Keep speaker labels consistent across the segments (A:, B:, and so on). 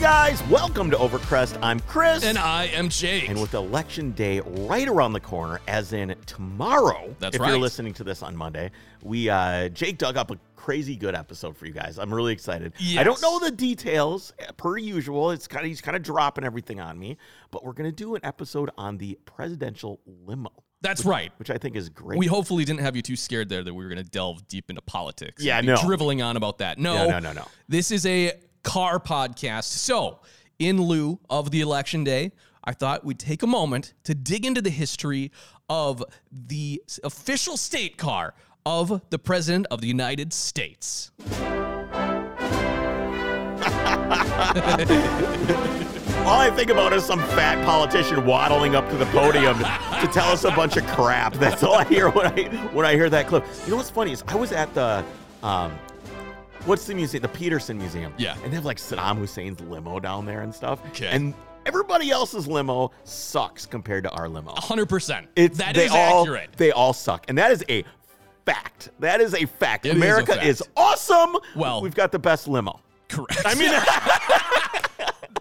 A: guys. Welcome to Overcrest. I'm Chris.
B: And I am Jake.
A: And with Election Day right around the corner, as in tomorrow,
B: That's
A: if
B: right.
A: you're listening to this on Monday, we uh, Jake dug up a crazy good episode for you guys. I'm really excited. I don't
B: Yes.
A: know the details uh, per usual. It's kind of he's kind of dropping everything on me, but we're gonna do an episode on the presidential limo,
B: That's right.
A: which I think is great.
B: We hopefully didn't have you too scared there that we were going to delve deep into politics.
A: Yeah,
B: and
A: no.
B: be Driveling on about that. No,
A: No, no, no, no.
B: This is a car podcast. So, in lieu of the election day, I thought we'd take a moment to dig into the history of the s- official state car of the president of the United States.
A: All I think about is some fat politician waddling up to the podium to tell us a bunch of crap. That's all I hear when I when I hear that clip. You know what's funny is I was at the um, what's the museum? The Peterson Museum.
B: Yeah.
A: And they have like Saddam Hussein's limo down there and stuff.
B: Okay.
A: And everybody else's limo sucks compared to our limo.
B: 100%.
A: It's
B: Oh, that
A: they
B: is
A: all,
B: accurate.
A: They all suck, and that is a fact. That is a fact.
B: It is a
A: America
B: fact.
A: is awesome.
B: Well-
A: we've got the best limo.
B: Correct.
A: I mean.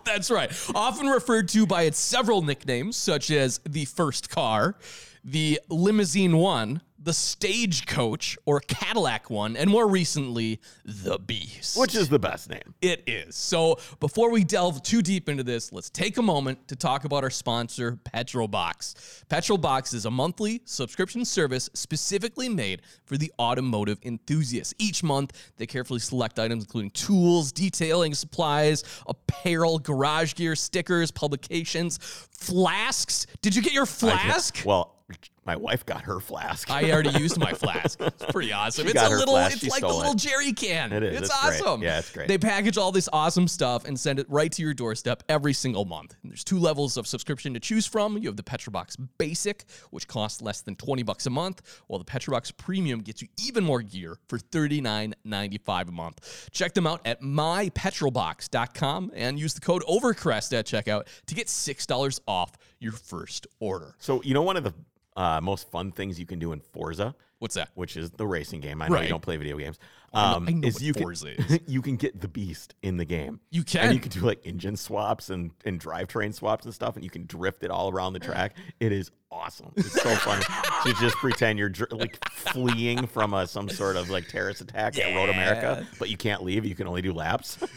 B: That's right. Often referred to by its several nicknames, such as the first car, the limousine one, the stagecoach or Cadillac one, and more recently, the beast.
A: Which is the best name?
B: it is. So before we delve too deep into this, let's take a moment to talk about our sponsor, Petrolbox. Petrolbox is a monthly subscription service specifically made for the automotive enthusiast. Each month, they carefully select items including tools, detailing supplies, apparel, garage gear, stickers, publications, flasks. Did you get your flask?
A: Well, my wife got her flask.
B: I already used my flask. It's pretty awesome. it's
A: got
B: a
A: her
B: little.
A: flask.
B: It's
A: She
B: like the
A: stole
B: little
A: it.
B: jerry can.
A: It is.
B: It's,
A: It's great.
B: awesome.
A: Yeah, it's great.
B: They package all this awesome stuff and send it right to your doorstep every single month. And there's two levels of subscription to choose from. You have the Petrobox Basic, which costs less than twenty bucks a month, while the Petrobox Premium gets you even more gear for thirty nine ninety five a month. Check them out at mypetrolbox.com and use the code Overcrest at checkout to get six dollars off your first order.
A: so you know one of the uh, most fun things you can do in Forza,
B: What's that?
A: which is the racing game. I know
B: Right.
A: you don't play video games.
B: know-
A: Um,
B: I know
A: is
B: what
A: you can-
B: Forza
A: you can get the beast in the game.
B: You
A: and you
B: can.
A: can do like engine swaps and and drivetrain swaps and stuff, and you can drift it all around the track. It is awesome. It's so fun to just pretend you're dr- like fleeing from a, some sort of like terrorist attack at Road America, but you can't leave. You can only do laps.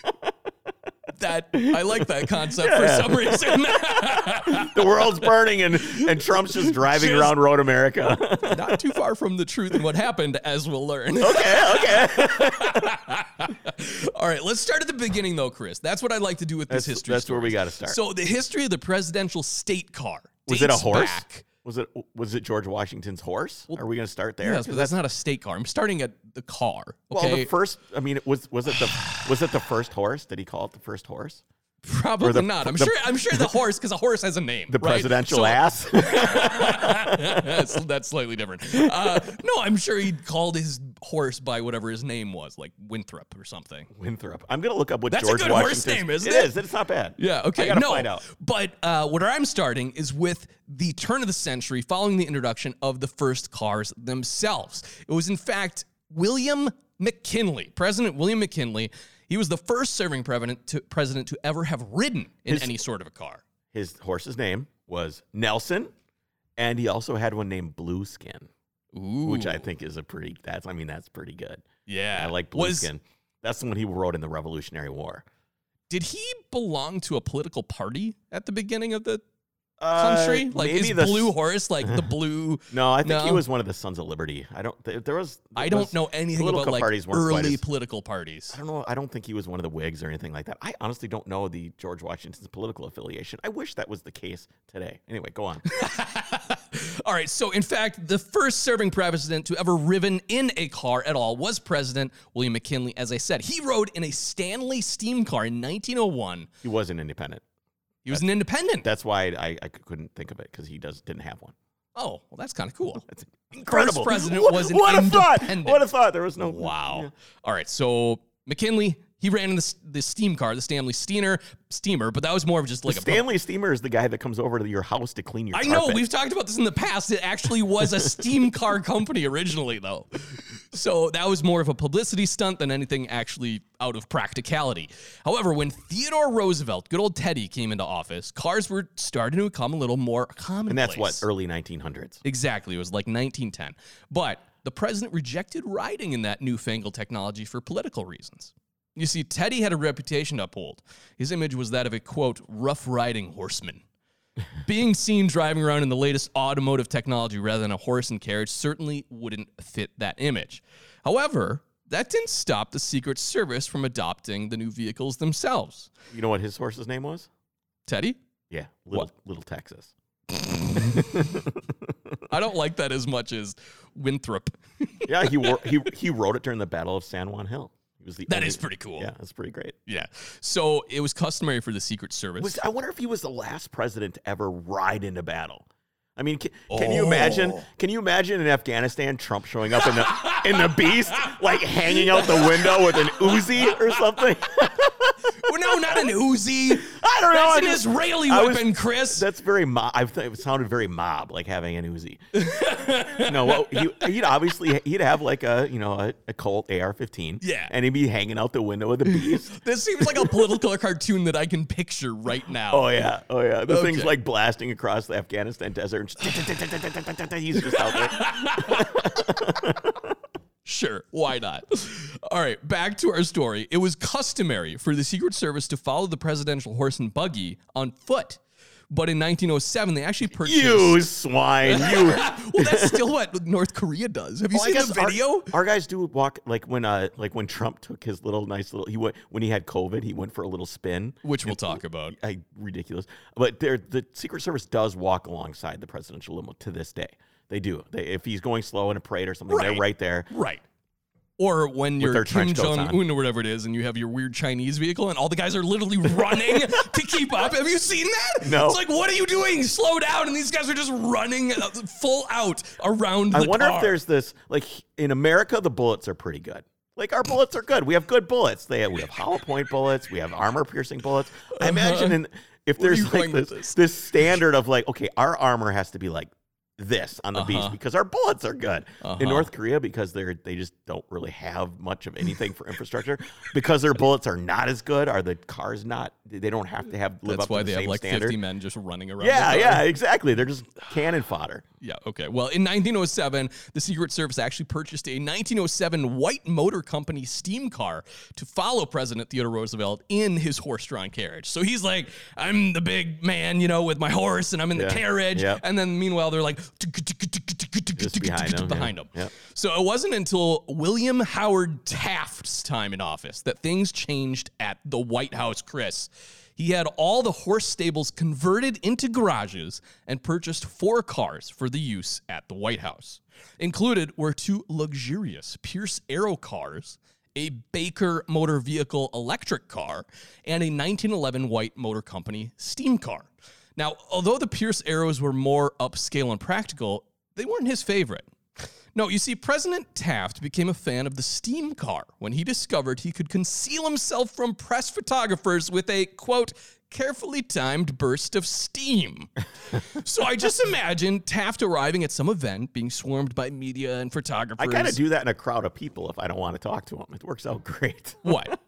B: that I like that concept for some reason.
A: the world's burning, and and Trump's just driving
B: Just-
A: around Road America.
B: Not too far from the truth in what happened, as we'll learn.
A: okay, okay.
B: All right, let's start at the beginning though, Chris. That's what I like to do with
A: That's,
B: this history.
A: that's where we
B: stories.
A: got to start.
B: So the history of the presidential state car.
A: was it a
B: dates
A: horse?
B: back-
A: Was it was it George Washington's horse? Are we going to start there?
B: Yes, but that's not a state car. I'm starting at the car.
A: well, the
B: Okay,
A: first. I mean, it was was it the was it the first horse? Did he call it the first horse?
B: probably
A: the-
B: not. I'm
A: the-
B: sure. I'm sure the horse, because a horse has a name.
A: The
B: right?
A: presidential
B: So-
A: ass.
B: that's, that's slightly different. Uh, no, I'm sure he called his horse by whatever his name was, like Winthrop or something.
A: Winthrop. I'm going to look up what
B: That's a
A: George
B: good horse
A: Washington's
B: name, isn't
A: It
B: it?
A: is. It's not bad.
B: Yeah. Okay.
A: I gotta
B: no.
A: find out.
B: But uh, where I'm starting is with the turn of the century, following the introduction of the first cars themselves. It was in fact William McKinley, President William McKinley. He was the first serving president to, president to ever have ridden in
A: His-
B: any sort of a car.
A: His horse's name was Nelson, and he also had one named Blueskin,
B: Ooh.
A: which I think is a pretty. That's. I mean, that's pretty good.
B: yeah,
A: I like
B: Was-
A: Blueskin. That's the one he rode in the Revolutionary War.
B: Did he belong to a political party at the beginning of the
A: Uh,
B: country? like, is
A: the
B: Blue Horse like the blue?
A: No, I think he
B: No?
A: was one of the Sons of Liberty. I don't. There, there was.
B: I
A: there
B: don't
A: was-
B: know anything
A: political
B: about like
A: parties weren't quite
B: early
A: as-
B: political parties.
A: I don't know. I don't think he was one of the Whigs or anything like that. I honestly don't know the George Washington's political affiliation. I wish that was the case today. Anyway, go on.
B: all right. So, in fact, the first serving president to ever riven in a car at all was President William McKinley. As I said, he rode in a Stanley steam car in 1901.
A: he was an independent.
B: He was an independent.
A: That's why I, I couldn't think of it because he does didn't have one.
B: oh, well, that's kind of cool.
A: That's
B: First
A: incredible.
B: president
A: What-
B: was an
A: what a thought!
B: independent.
A: What a thought! There was no
B: Wow.
A: Yeah.
B: All right. So McKinley, he ran in the, the steam car, the Stanley Steamer, steamer, but that was more of just like a.
A: Stanley Steamer is the guy that comes over to your house to clean your.
B: I know
A: carpet.
B: we've talked about this in the past. It actually was a steam car company originally, though. So that was more of a publicity stunt than anything actually out of practicality. However, when Theodore Roosevelt, good old Teddy, came into office, cars were starting to become a little more commonplace.
A: And that's what early 1900s.
B: Exactly. It was like 1910. But the president rejected riding in that newfangled technology for political reasons. You see, Teddy had a reputation to uphold. His image was that of a, quote, rough riding horseman. Being seen driving around in the latest automotive technology rather than a horse and carriage certainly wouldn't fit that image. However, that didn't stop the Secret Service from adopting the new vehicles themselves.
A: You know what his horse's name was?
B: Teddy?
A: Yeah, little little Texas.
B: I don't like that as much as Winthrop.
A: Yeah, he wore, he he rode it during the Battle of San Juan Hill. He was the
B: That
A: only-
B: is pretty cool.
A: Yeah, that's pretty great.
B: Yeah. So it was customary for the Secret Service.
A: Was, I wonder if he was the last president to ever ride into battle. I mean, can, can you imagine?
B: Oh.
A: Can you imagine in Afghanistan Trump showing up in the in the beast, like hanging out the window with an Uzi or something?
B: well, no, not an Uzi.
A: I don't know.
B: That's
A: I
B: an
A: just-
B: Israeli
A: I was-
B: weapon, Chris.
A: That's very mob. I thought it sounded very mob, like having an Uzi. no, well, he, he'd obviously he'd have like a you know a, a Colt AR-15.
B: Yeah.
A: and he'd be hanging out the window of the beast.
B: this seems like a political cartoon that I can picture right now.
A: Oh yeah, oh yeah. The thing's
B: Okay.
A: like blasting across the Afghanistan desert. And just he's just out there.
B: Sure, why not? All right, back to our story. It was customary for the Secret Service to follow the presidential horse and buggy on foot. But in 1907, they actually purchased.
A: You swine, you.
B: Well, that's still what North Korea does. Have you
A: Well, I
B: seen
A: guess
B: the video?
A: Our, our guys do walk like when uh like when Trump took his little nice little he went when he had COVID he went for a little spin.
B: Which we'll talk about.
A: I ridiculous. But there, the Secret Service does walk alongside the presidential limo to this day. They do. They, if he's going slow in a parade or something,
B: Right.
A: they're right there.
B: Right. Or when you're
A: their
B: Kim
A: trench coats
B: Jong Un or whatever it is, and you have your weird Chinese vehicle, and all the guys are literally running to keep up. Have you seen that?
A: No.
B: It's like, what are you doing? Slow down! And these guys are just running uh, full out around.
A: I
B: the
A: wonder
B: car.
A: if there's this like in America the bullets are pretty good. Like our bullets are good. We have good bullets. They we have hollow point bullets. We have armor piercing bullets. I imagine in, if
B: Where Uh-huh. are you
A: there's
B: going
A: like
B: with
A: this,
B: this?
A: this standard of like okay, our armor has to be like this on the
B: Uh-huh.
A: beast because our bullets are good. In North Korea because they're they just don't really have much of anything for infrastructure because their bullets are not as good. Are the cars not? They don't have to have live
B: That's
A: up
B: why
A: to the
B: they have
A: same
B: like
A: standard.
B: 50 men just running around.
A: yeah,
B: the car.
A: yeah, exactly. They're just cannon fodder.
B: Yeah, okay. Well, in 1907, the Secret Service actually purchased a 1907 White Motor Company steam car to follow President Theodore Roosevelt in his horse drawn carriage. So he's like, I'm the big man, you know, with my horse and I'm in the
A: Yeah,
B: carriage.
A: yeah.
B: And then meanwhile, they're like,
A: behind him,
B: behind
A: yeah,
B: him.
A: yeah.
B: So it wasn't until William Howard Taft's time in office that things changed at the White House, Chris. He had all the horse stables converted into garages and purchased four cars for the use at the White House. Included were two luxurious Pierce Arrow cars, a Baker Motor Vehicle electric car, and a 1911 White Motor Company steam car. Now, although the Pierce Arrows were more upscale and practical, they weren't his favorite. No, you see, President Taft became a fan of the steam car when he discovered he could conceal himself from press photographers with a quote, carefully timed burst of steam. so I just imagine Taft arriving at some event, being swarmed by media and
A: I
B: photographers.
A: kind of do that in a crowd of people if I don't want to talk to them. It works out great.
B: What?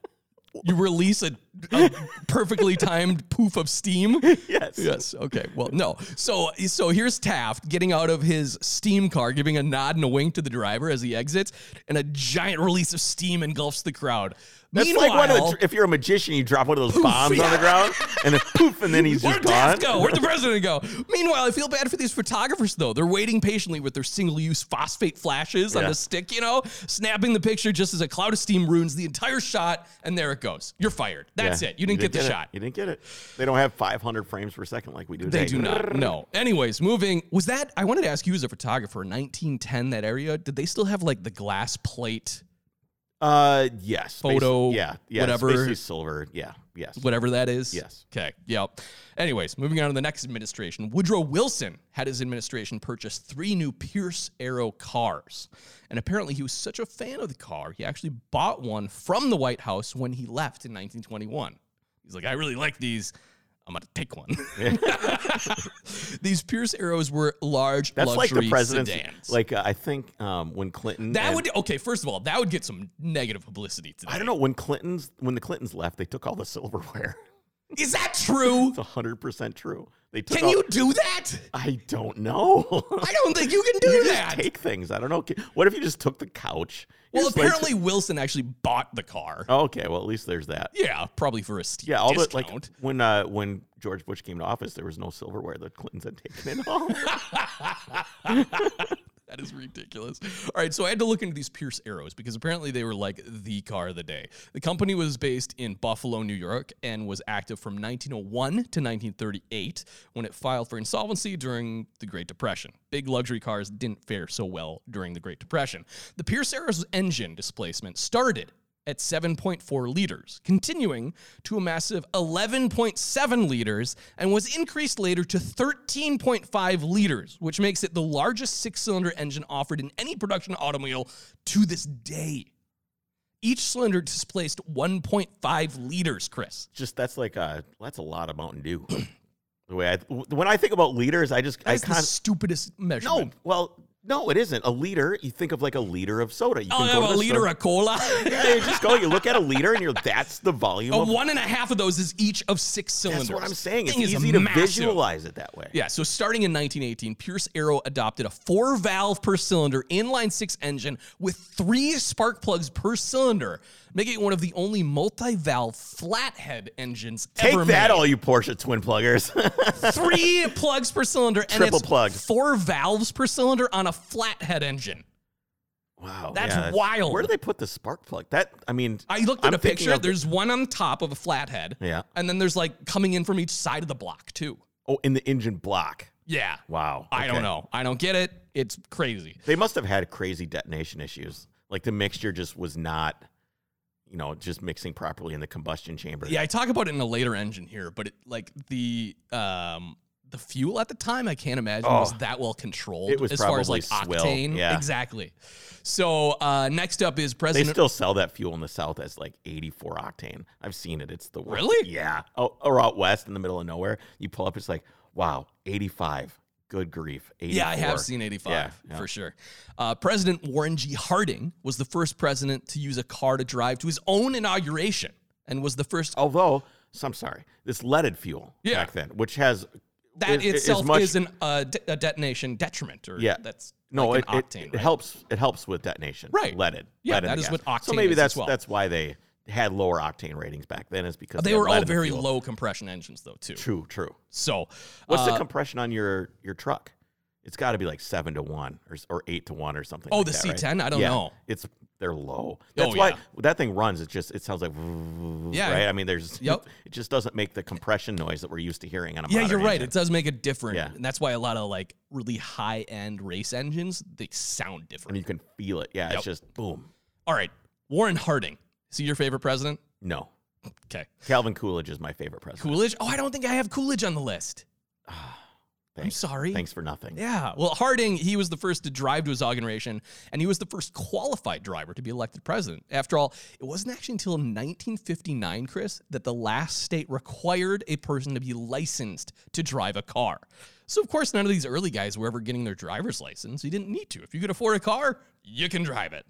B: You release a, a perfectly timed poof of steam?
A: yes.
B: Yes. Okay. Well, no. So so here's Taft getting out of his steam car, giving a nod and a wink to the driver as he exits, and a giant release of steam engulfs the crowd.
A: That's
B: Meanwhile,
A: like one of the, if you're a magician, you drop one of those bombs on
B: yeah.
A: the ground and then poof, and then he's just
B: Where'd
A: gone.
B: Taft go? Where'd the president go? Meanwhile, I feel bad for these photographers, though. They're waiting patiently with their single use phosphate flashes on
A: Yeah.
B: the stick, you know, snapping the picture just as a cloud of steam ruins the entire shot, and there it goes. You're fired. That's
A: Yeah,
B: it. You didn't get the
A: it.
B: shot.
A: You didn't get it. They don't have 500 frames per second like we do today.
B: They do not. No. Anyways, moving. Was that? I wanted to ask you as a photographer, 1910, that area. Did they still have like the glass plate,
A: Uh, yes. basi-
B: Photo,
A: Yeah. Yeah. it's
B: whatever.
A: Basically silver. Yeah. Yes.
B: whatever that is?
A: Yes.
B: Okay. Yep. Anyways, moving on to the next administration. Woodrow Wilson had his administration purchase three new Pierce Arrow cars, and apparently he was such a fan of the car, he actually bought one from the White House when he left in 1921. He's like, I really like these. I'm gonna take one. These Pierce Arrows were large
A: That's like
B: luxury
A: the president's.
B: sedans.
A: Like uh, I think um, when Clinton
B: that
A: and-
B: would okay. First of all, that would get some negative publicity today.
A: I don't know when Clinton's when the Clintons left, they took all the silverware.
B: Is that true?
A: It's hundred percent true. They took.
B: Can
A: all-
B: you do that?
A: I don't know.
B: I don't think you can
A: you
B: do
A: just
B: that.
A: take things. I don't know. What if you just took the couch? You
B: Well,
A: just, like,
B: apparently Wilson actually bought the car.
A: Oh, okay. Well, at least there's that.
B: Yeah, probably for a steep
A: Yeah, all the
B: discount.
A: like when uh, when George Bush came to office, there was no silverware that Clintons had taken in all.
B: That is ridiculous. All right, so I had to look into these Pierce Arrows because apparently they were like the car of the day. The company was based in Buffalo, New York, and was active from 1901 to 1938 when it filed for insolvency during the Great Depression. Big luxury cars didn't fare so well during the Great Depression. The Pierce Arrows engine displacement started at 7.4 liters, continuing to a massive 11.7 liters, and was increased later to 13.5 liters, which makes it the largest six cylinder engine offered in any production automobile to this day. Each cylinder displaced 1.5 liters, Chris.
A: just that's like uh that's a lot of Mountain Dew. the way I when I think about liters, I just I
B: That's the
A: kind
B: stupidest
A: no.
B: measurement.
A: Well, no, it isn't a liter. You think of like a liter of soda. You
B: I'll
A: can
B: have
A: go to
B: Oh, a
A: the
B: liter
A: store-
B: of cola.
A: Yeah, you just go. You look at a liter, and you're that's the volume
B: A
A: of.
B: one and a half of those is each of six cylinders.
A: That's what I'm saying. It's
B: Thing is
A: easy to
B: massive.
A: visualize it that way.
B: Yeah, so starting in 1918, Pierce Arrow adopted a four valve per cylinder inline six engine with three spark plugs per cylinder, making it one of the only multi valve flathead engines
A: Take
B: ever
A: that,
B: made.
A: all you Porsche twin pluggers.
B: three plugs per cylinder and
A: Triple
B: it's
A: plug.
B: four valves per cylinder on a flathead engine.
A: wow,
B: That's
A: yeah,
B: wild.
A: Where do they put the spark plug? That I mean,
B: I looked at
A: I'm
B: a
A: thinking
B: picture.
A: of the-
B: There's one on top of a flathead.
A: Yeah.
B: And then there's like coming in from each side of the block, too.
A: oh, in the engine block.
B: Yeah.
A: Wow,
B: I don't
A: okay.
B: know. I don't get it. It's crazy.
A: They must have had crazy detonation issues. Like the mixture just was not, you know, just mixing properly in the combustion chamber.
B: Yeah, I talk about it in a later engine here, but it, like the um the fuel at the time, I can't imagine was
A: Oh.
B: that well controlled
A: It was
B: as far as
A: probably
B: like
A: swill,
B: octane.
A: yeah.
B: Exactly. So uh, next up is
A: They
B: President.
A: still sell that fuel in the South as like 84 octane. I've seen it. It's the worst.
B: Really?
A: Yeah. Oh, or out west in the middle of nowhere, you pull up, it's like, wow, 85. Good grief. 84.
B: yeah, I have seen 85
A: Yeah, yeah.
B: for sure. Uh, president Warren G. Harding was the first president to use a car to drive to his own inauguration and was the first.
A: Although, so I'm sorry, this leaded fuel
B: Yeah.
A: back then, which has
B: that
A: is- is
B: itself
A: much-
B: is an, uh, de- a detonation detriment, or
A: Yeah.
B: that's
A: no, it,
B: like an
A: it-
B: octane.
A: it
B: right?
A: helps. It helps with detonation.
B: Right.
A: Leaded.
B: Yeah,
A: leaded
B: that is
A: gas.
B: what
A: So
B: octane
A: maybe
B: is as
A: that's
B: well.
A: that's why they had lower octane ratings back then is because
B: They
A: had
B: were all
A: leaded
B: very
A: fuel.
B: low compression engines, though, too.
A: True. True.
B: So,
A: What's
B: uh,
A: the compression on your your truck? It's got to be like seven to one or, or eight to one or something.
B: Oh,
A: like
B: the
A: that, right?
B: C10? I don't
A: Yeah,
B: know.
A: It's they're low. That's
B: Oh,
A: why
B: yeah.
A: that thing runs. It just it sounds like
B: Yeah.
A: yeah, right. I mean, there's
B: Yep.
A: It just doesn't make the compression noise that we're used to hearing on a
B: Yeah,
A: modern
B: you're right.
A: engine.
B: It does make a difference.
A: Yeah.
B: And that's why a lot of like really high end race engines, they sound
A: and
B: different.
A: you can feel it. Yeah,
B: Yep.
A: it's just boom.
B: All right. Warren Harding. Is he your favorite president?
A: No,
B: Okay.
A: Calvin Coolidge is my favorite president.
B: Coolidge? Oh, I don't think I have Coolidge on the list. I'm
A: Thanks.
B: sorry.
A: Thanks for nothing.
B: Yeah. Well, Harding, he was the first to drive to his inauguration, and he was the first qualified driver to be elected president. After all, it wasn't actually until 1959, Chris, that the last state required a person to be licensed to drive a car. So, of course, none of these early guys were ever getting their driver's license. You didn't need to. If you could afford a car, you can drive it.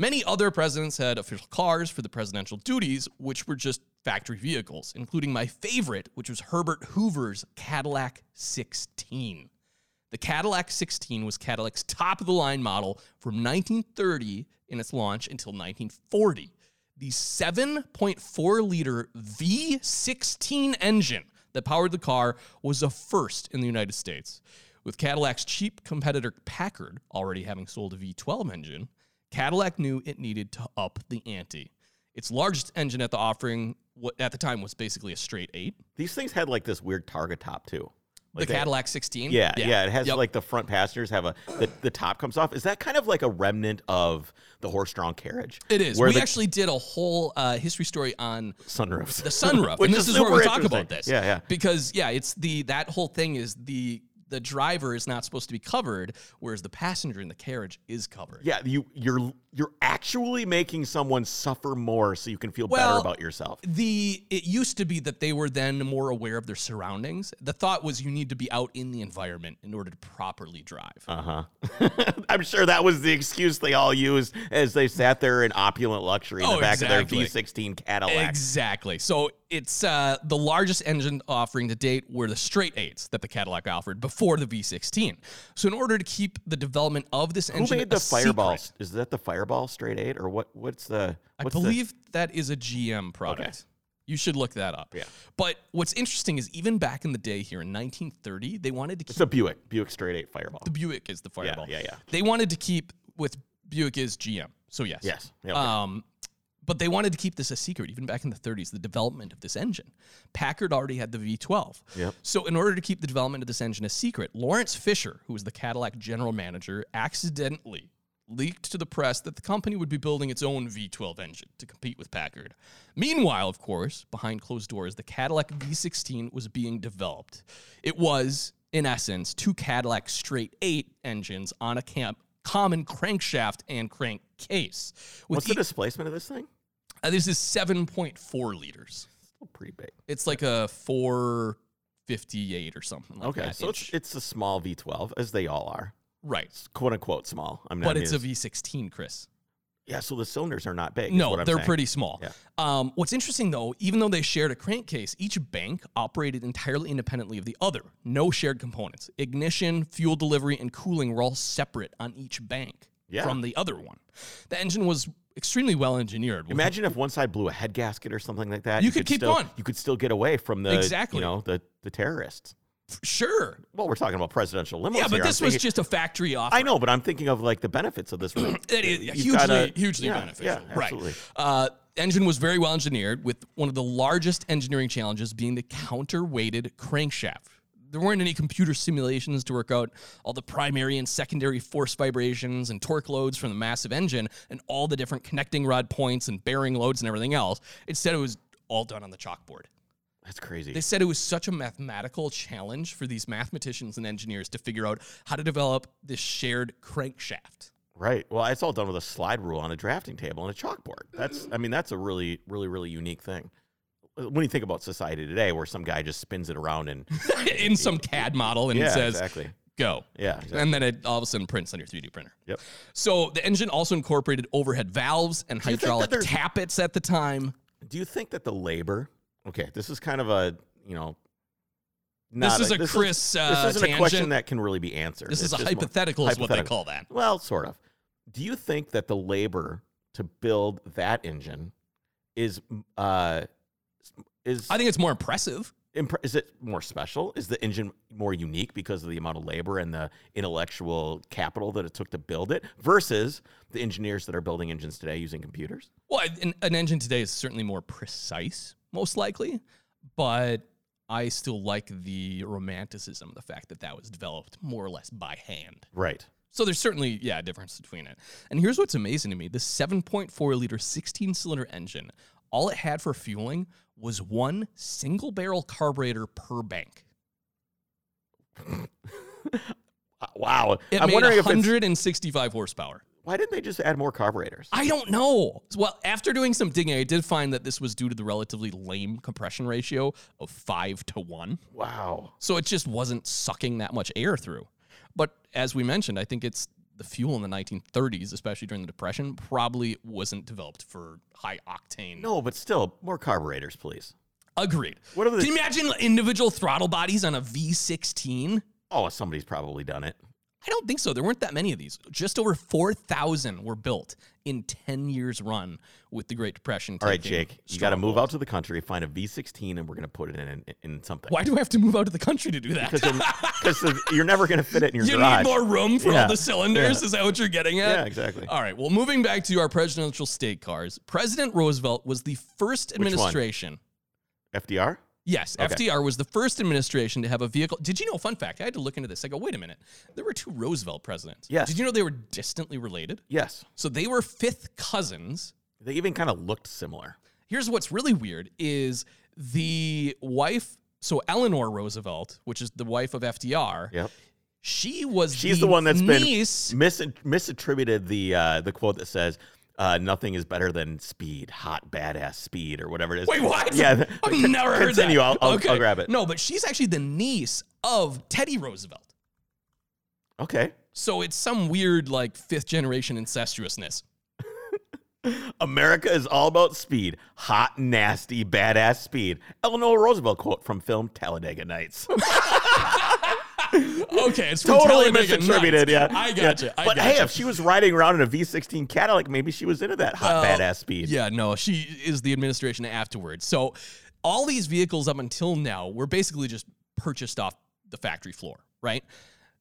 B: Many other presidents had official cars for the presidential duties, which were just factory vehicles, including my favorite, which was Herbert Hoover's Cadillac 16. The Cadillac 16 was Cadillac's top of the line model from 1930 in its launch until 1940. The 7.4 liter V16 engine that powered the car was a first in the United States. With Cadillac's cheap competitor Packard already having sold a V12 engine, Cadillac knew it needed to up the ante. Its largest engine at the offering wa- at the time was basically a straight 8.
A: These things had like this weird target top too.
B: The
A: Like they-
B: Cadillac 16?
A: Yeah, yeah, It has
B: Yep.
A: like the front passengers have a the, the top comes off. Is that kind of like a remnant of the horse-drawn carriage?
B: It is.
A: Where
B: we
A: the
B: actually did a whole uh, history story on
A: sunroofs.
B: the sunroof,
A: Which
B: and this
A: is
B: is where we
A: super
B: talk about
A: interesting.
B: this.
A: Yeah, yeah.
B: Because yeah, it's the that whole thing is the the driver is not supposed to be covered, whereas the passenger in the carriage is covered.
A: Yeah, you you're you're actually making someone suffer more so you can feel
B: Well,
A: better about yourself.
B: The it used to be that they were then more aware of their surroundings. The thought was you need to be out in the environment in order to properly drive.
A: Uh huh. I'm sure that was the excuse they all used as they sat there in opulent luxury in
B: Oh,
A: the back of
B: exactly.
A: their V16 Cadillac.
B: Exactly. So it's uh, the largest engine offering to date were the straight eights that the Cadillac offered before the V16. So in order to keep the development of this
A: Who
B: engine,
A: made
B: a
A: the Fireball?
B: secret-
A: Is that the Fireball straight eight or what? What's the?
B: I
A: What's the-
B: believe that is a GM product. You should look that up.
A: Yeah.
B: But what's interesting is even back in the day here in 1930, they wanted to keep
A: it's a Buick. Buick straight eight Fireball.
B: the Buick is the Fireball.
A: yeah, yeah.
B: They wanted to keep with Buick is GM. So yes.
A: yes. Uh, Yeah, okay.
B: Um, but they wanted to keep this a secret, even back in the 30s, the development of this engine. Packard already had the V12.
A: Yep.
B: So, in order to keep the development of this engine a secret, Lawrence Fisher, who was the Cadillac general manager, accidentally leaked to the press that the company would be building its own V12 engine to compete with Packard. Meanwhile, of course, behind closed doors, the Cadillac V16 was being developed. It was, in essence, two Cadillac straight eight engines on a camp. Common crankshaft and crank case. With
A: What's the displacement of this thing?
B: uh, this is 7.4 liters.
A: Still pretty big.
B: It's like a 458 or something like
A: Okay,
B: that.
A: so it's,
B: inch.
A: it's a small V12 as they all are.
B: right.
A: It's quote unquote small. I'm not.
B: But it's a
A: mean,
B: V16, Chris.
A: Yeah, so the cylinders are not big. is
B: No,
A: what I'm
B: they're
A: saying.
B: pretty small.
A: Yeah.
B: Um, what's interesting though, even though they shared a crankcase, each bank operated entirely independently of the other. No shared components. Ignition, fuel delivery, and cooling were all separate on each bank
A: Yeah.
B: from the other one. The engine was extremely well engineered. with-
A: Imagine if one side blew a head gasket or something like that.
B: You could keep
A: still,
B: going.
A: You could still get away from the
B: Exactly.
A: you know the the terrorists.
B: sure.
A: Well, we're talking about presidential limos.
B: Yeah, but
A: here. I'm
B: this was
A: thinking-
B: just a factory offer.
A: I know, but I'm thinking of like the benefits of this. route.
B: That is
A: You've
B: hugely,
A: gotta-
B: hugely
A: yeah,
B: beneficial.
A: Yeah, absolutely.
B: right. Uh, engine was very well engineered, with one of the largest engineering challenges being the counterweighted crankshaft. There weren't any computer simulations to work out all the primary and secondary force vibrations and torque loads from the massive engine and all the different connecting rod points and bearing loads and everything else. Instead, it was all done on the chalkboard.
A: That's crazy.
B: They said it was such a mathematical challenge for these mathematicians and engineers to figure out how to develop this shared crankshaft.
A: right. Well, it's all done with a slide rule on a drafting table and a chalkboard. That's. I mean, that's a really, really, really unique thing. Uh, When you think about society today, where some guy just spins it around and
B: in some CAD model and
A: yeah,
B: it says
A: exactly.
B: go.
A: Yeah, exactly.
B: And then it all of a sudden prints on your 3D printer.
A: Yep.
B: So the engine also incorporated overhead valves and
A: you think that
B: hydraulic
A: there's-
B: tappets at the time.
A: Do you think that the labor? Okay, this is kind of a you know. not
B: is a Chris, uh,
A: this isn't a
B: tangent.
A: question that can really be answered.
B: This
A: It's
B: is a
A: just more-
B: hypothetical, is what they
A: hypothetical.
B: call that.
A: Well, sort of. Do you think that the labor to build that engine is uh is
B: I think it's more impressive.
A: impre- is it more special? Is the engine more unique because of the amount of labor and the intellectual capital that it took to build it versus the engineers that are building engines today using computers?
B: Well, an, an engine today is certainly more precise, most likely, but I still like the romanticism, of the fact that that was developed more or less by hand.
A: Right.
B: So there's certainly, yeah, a difference between it. And here's what's amazing to me the 7.4 liter 16 cylinder engine, all it had for fueling was one single barrel carburetor per bank.
A: Uh, Wow.
B: It
A: I'm
B: made
A: wondering if it's
B: 165 horsepower.
A: Why didn't they just add more carburetors?
B: I don't know. Well, after doing some digging, I did find that this was due to the relatively lame compression ratio of five to one.
A: Wow.
B: So it just wasn't sucking that much air through. But as we mentioned, I think it's the fuel in the 1930s, especially during the Depression, probably wasn't developed for high octane.
A: No, but still, more carburetors, please.
B: Agreed.
A: What are the-
B: Can you imagine individual throttle bodies on a V16?
A: Oh, somebody's probably done it.
B: I don't think so. There weren't that many of these. Just over 4,000 were built in 10 years run with the Great Depression.
A: All right,
B: taking
A: Jake, you got to
B: strong
A: move
B: hold.
A: out to the country, find a V16, and we're going to put it in in something.
B: Why do I have to move out of the country to do that?
A: Because you're never going to fit it in your
B: you
A: garage.
B: need more room for
A: Yeah.
B: all the cylinders? Is that what you're getting at?
A: Yeah, exactly.
B: All right. Well, moving back to our presidential state cars, President Roosevelt was the first
A: one?
B: administration.
A: FDR?
B: Yes, FDR was the first administration to have a vehicle. Did you know? Fun fact: I had to look into this. I go, wait a minute. There were two Roosevelt presidents.
A: Yes.
B: Did you know they were distantly related?
A: Yes.
B: So they were fifth cousins.
A: They even kind of looked similar.
B: Here's what's really weird: is the wife so Eleanor Roosevelt, which is the wife of FDR,
A: Yep.
B: she was
A: She's
B: the,
A: the one that's been-
B: niece.
A: Mis- misattributed the uh, the quote that says uh, nothing is better than speed, hot badass speed or whatever it is.
B: Wait, what?
A: Yeah, th-
B: I've
A: con-
B: never heard that.
A: continue. I'll- I'll- I'll grab it.
B: No, but she's actually the niece of Teddy Roosevelt.
A: Okay.
B: So it's some weird like fifth generation incestuousness.
A: America is all about speed, hot, nasty, badass speed. Eleanor Roosevelt quote from film Talladega Nights.
B: Okay, it's from
A: totally
B: Talladega
A: misattributed.
B: Nights.
A: Yeah,
B: I
A: Yeah.
B: gotcha. I
A: But
B: gotcha.
A: hey, if she was riding around in a V16 Cadillac, maybe she was into that hot,
B: Well,
A: badass speed.
B: Yeah, no, she is the administration afterwards. So all these vehicles up until now were basically just purchased off the factory floor, right?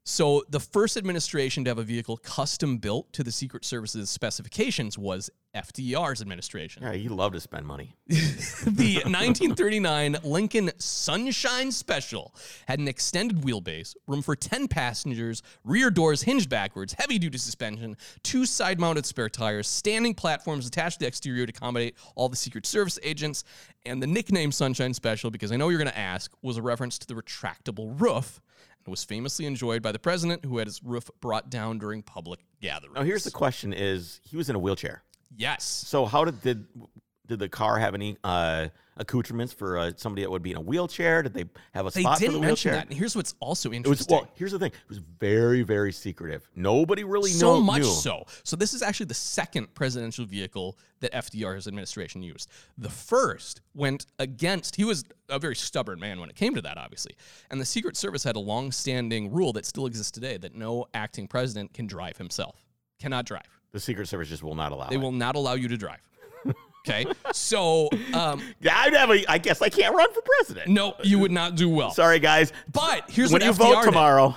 B: So the first administration to have a vehicle custom built to the Secret Service's specifications was FDR's administration.
A: Yeah, he loved to spend money.
B: the 1939 Lincoln Sunshine Special had an extended wheelbase, room for 10 passengers, rear doors hinged backwards, heavy duty suspension, two side mounted spare tires, standing platforms attached to the exterior to accommodate all the Secret Service agents, and the nickname Sunshine Special, because I know you're going to ask, was a reference to the retractable roof and was famously enjoyed by the president who had his roof brought down during public gatherings.
A: Now, here's the question: Is Oh, he was in a wheelchair?
B: Yes.
A: So how did did did the car have any uh, accoutrements for uh, somebody that would be in a wheelchair? Did they have a
B: They
A: spot for the
B: didn't mention
A: wheelchair?
B: that. And here's what's also
A: It was
B: interesting.
A: well. Here's the thing: it was very, very secretive. Nobody really
B: so
A: know,
B: much
A: knew.
B: so. So this is actually the second presidential vehicle that FDR's administration used. The first went against. He was a very stubborn man when it came to that, obviously. And the Secret Service had a long-standing rule that still exists today that no acting president can drive himself. Cannot drive.
A: The Secret Service just will not allow.
B: They
A: it.
B: will not allow you to drive. Okay. so um,
A: Yeah, I'd have a, I guess I can't run for president.
B: no, you would not do well.
A: Sorry, guys.
B: But here's
A: when
B: what
A: you
B: FDR
A: vote
B: did.
A: tomorrow,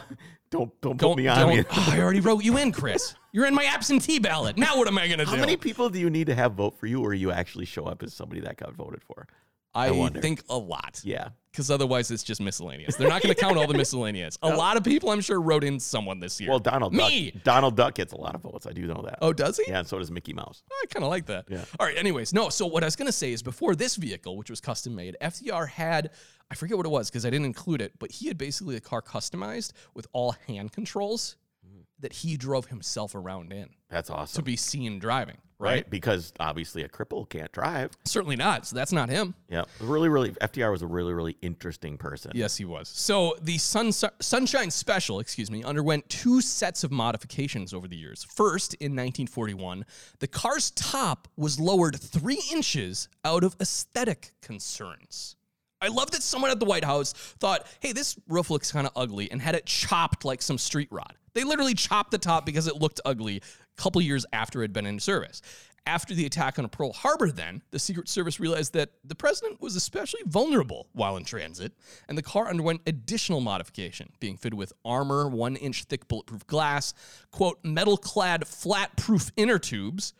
A: don't don't put
B: Don't,
A: me on.
B: don't,
A: either.
B: Oh, I already wrote you in, Chris. You're in my absentee ballot. Now what am I gonna
A: How
B: do?
A: many people do you need to have vote for you, or you actually show up as somebody that got voted for?
B: I,
A: wonder.
B: think a lot.
A: Yeah.
B: because otherwise it's just miscellaneous. They're not going to count all the miscellaneous. A lot of people, I'm sure, wrote in someone this year.
A: Well, Donald
B: Me!
A: Duck. Donald Duck gets a lot of votes. I do know that.
B: oh, does he? Oh,
A: Yeah, and so does Mickey Mouse.
B: I kind of like that.
A: Yeah.
B: All right. Anyways, no. So what I was going to say is before this vehicle, which was custom made, FDR had I forget what it was because I didn't include it, but he had basically a car customized with all hand controls
A: Mm.
B: that he drove himself around in
A: That's awesome.
B: to be seen driving.
A: right?
B: Right.
A: Because obviously a cripple can't drive.
B: Certainly not. So that's not him.
A: Yeah. Really, really, FDR was a really, really interesting person.
B: Yes, he was. So the sun, Sunshine Special, excuse me, underwent two sets of modifications over the years. First, in 1941, the car's top was lowered three inches out of aesthetic concerns. I love that someone at the White House thought, hey, this roof looks kind of ugly, and had it chopped like some street rod. They literally chopped the top because it looked ugly a couple years after it had been in service. After the attack on Pearl Harbor, then, the Secret Service realized that the president was especially vulnerable while in transit, and the car underwent additional modification, being fitted with armor, one inch thick bulletproof glass, quote, metal clad flat proof inner tubes,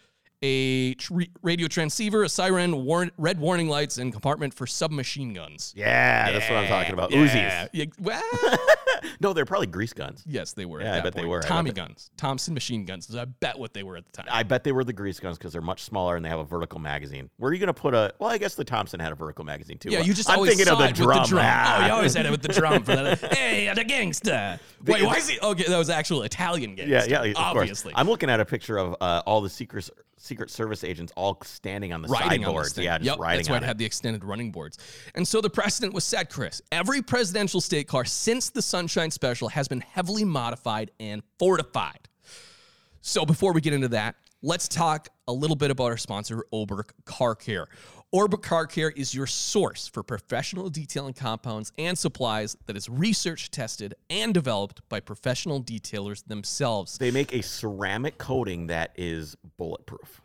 B: a tr- radio transceiver, a siren, warn- red warning lights, and compartment for submachine guns.
A: Yeah, that's what I'm talking about.
B: Yeah. Yeah, well,
A: Uzis. No, they're probably grease guns.
B: yes, they were. at
A: Yeah, I
B: that
A: bet they
B: point.
A: were. I bet
B: Tommy guns, Thompson machine guns. is I bet what they were at the time.
A: I bet they were the grease guns because they're much smaller and they have a vertical magazine. Where are you going to put a? Well, I guess the Thompson had a vertical magazine too.
B: yeah, you just
A: I'm
B: always
A: thinking of
B: side
A: the drum.
B: with the drum.
A: Ah.
B: Oh, you always had it with the drum for that. hey, the gangster. Wait, why is he? Okay, that was actual Italian
A: Yeah,
B: gangster.
A: yeah, of
B: obviously.
A: Course. I'm looking at a picture of uh, all the secret Secret Service agents all standing on the
B: riding on this
A: sideboards.
B: thing.
A: yeah, just
B: yep,
A: riding
B: that's why
A: on
B: it had the extended running boards. And so the precedent was set, Chris. Every presidential state car since the Sunshine Special has been heavily modified and fortified. So before we get into that, let's talk a little bit about our sponsor, Oberk Car Care. Oberk Car Care is your source for professional detailing compounds and supplies that is research tested and developed by professional detailers themselves.
A: They make a ceramic coating that is bulletproof.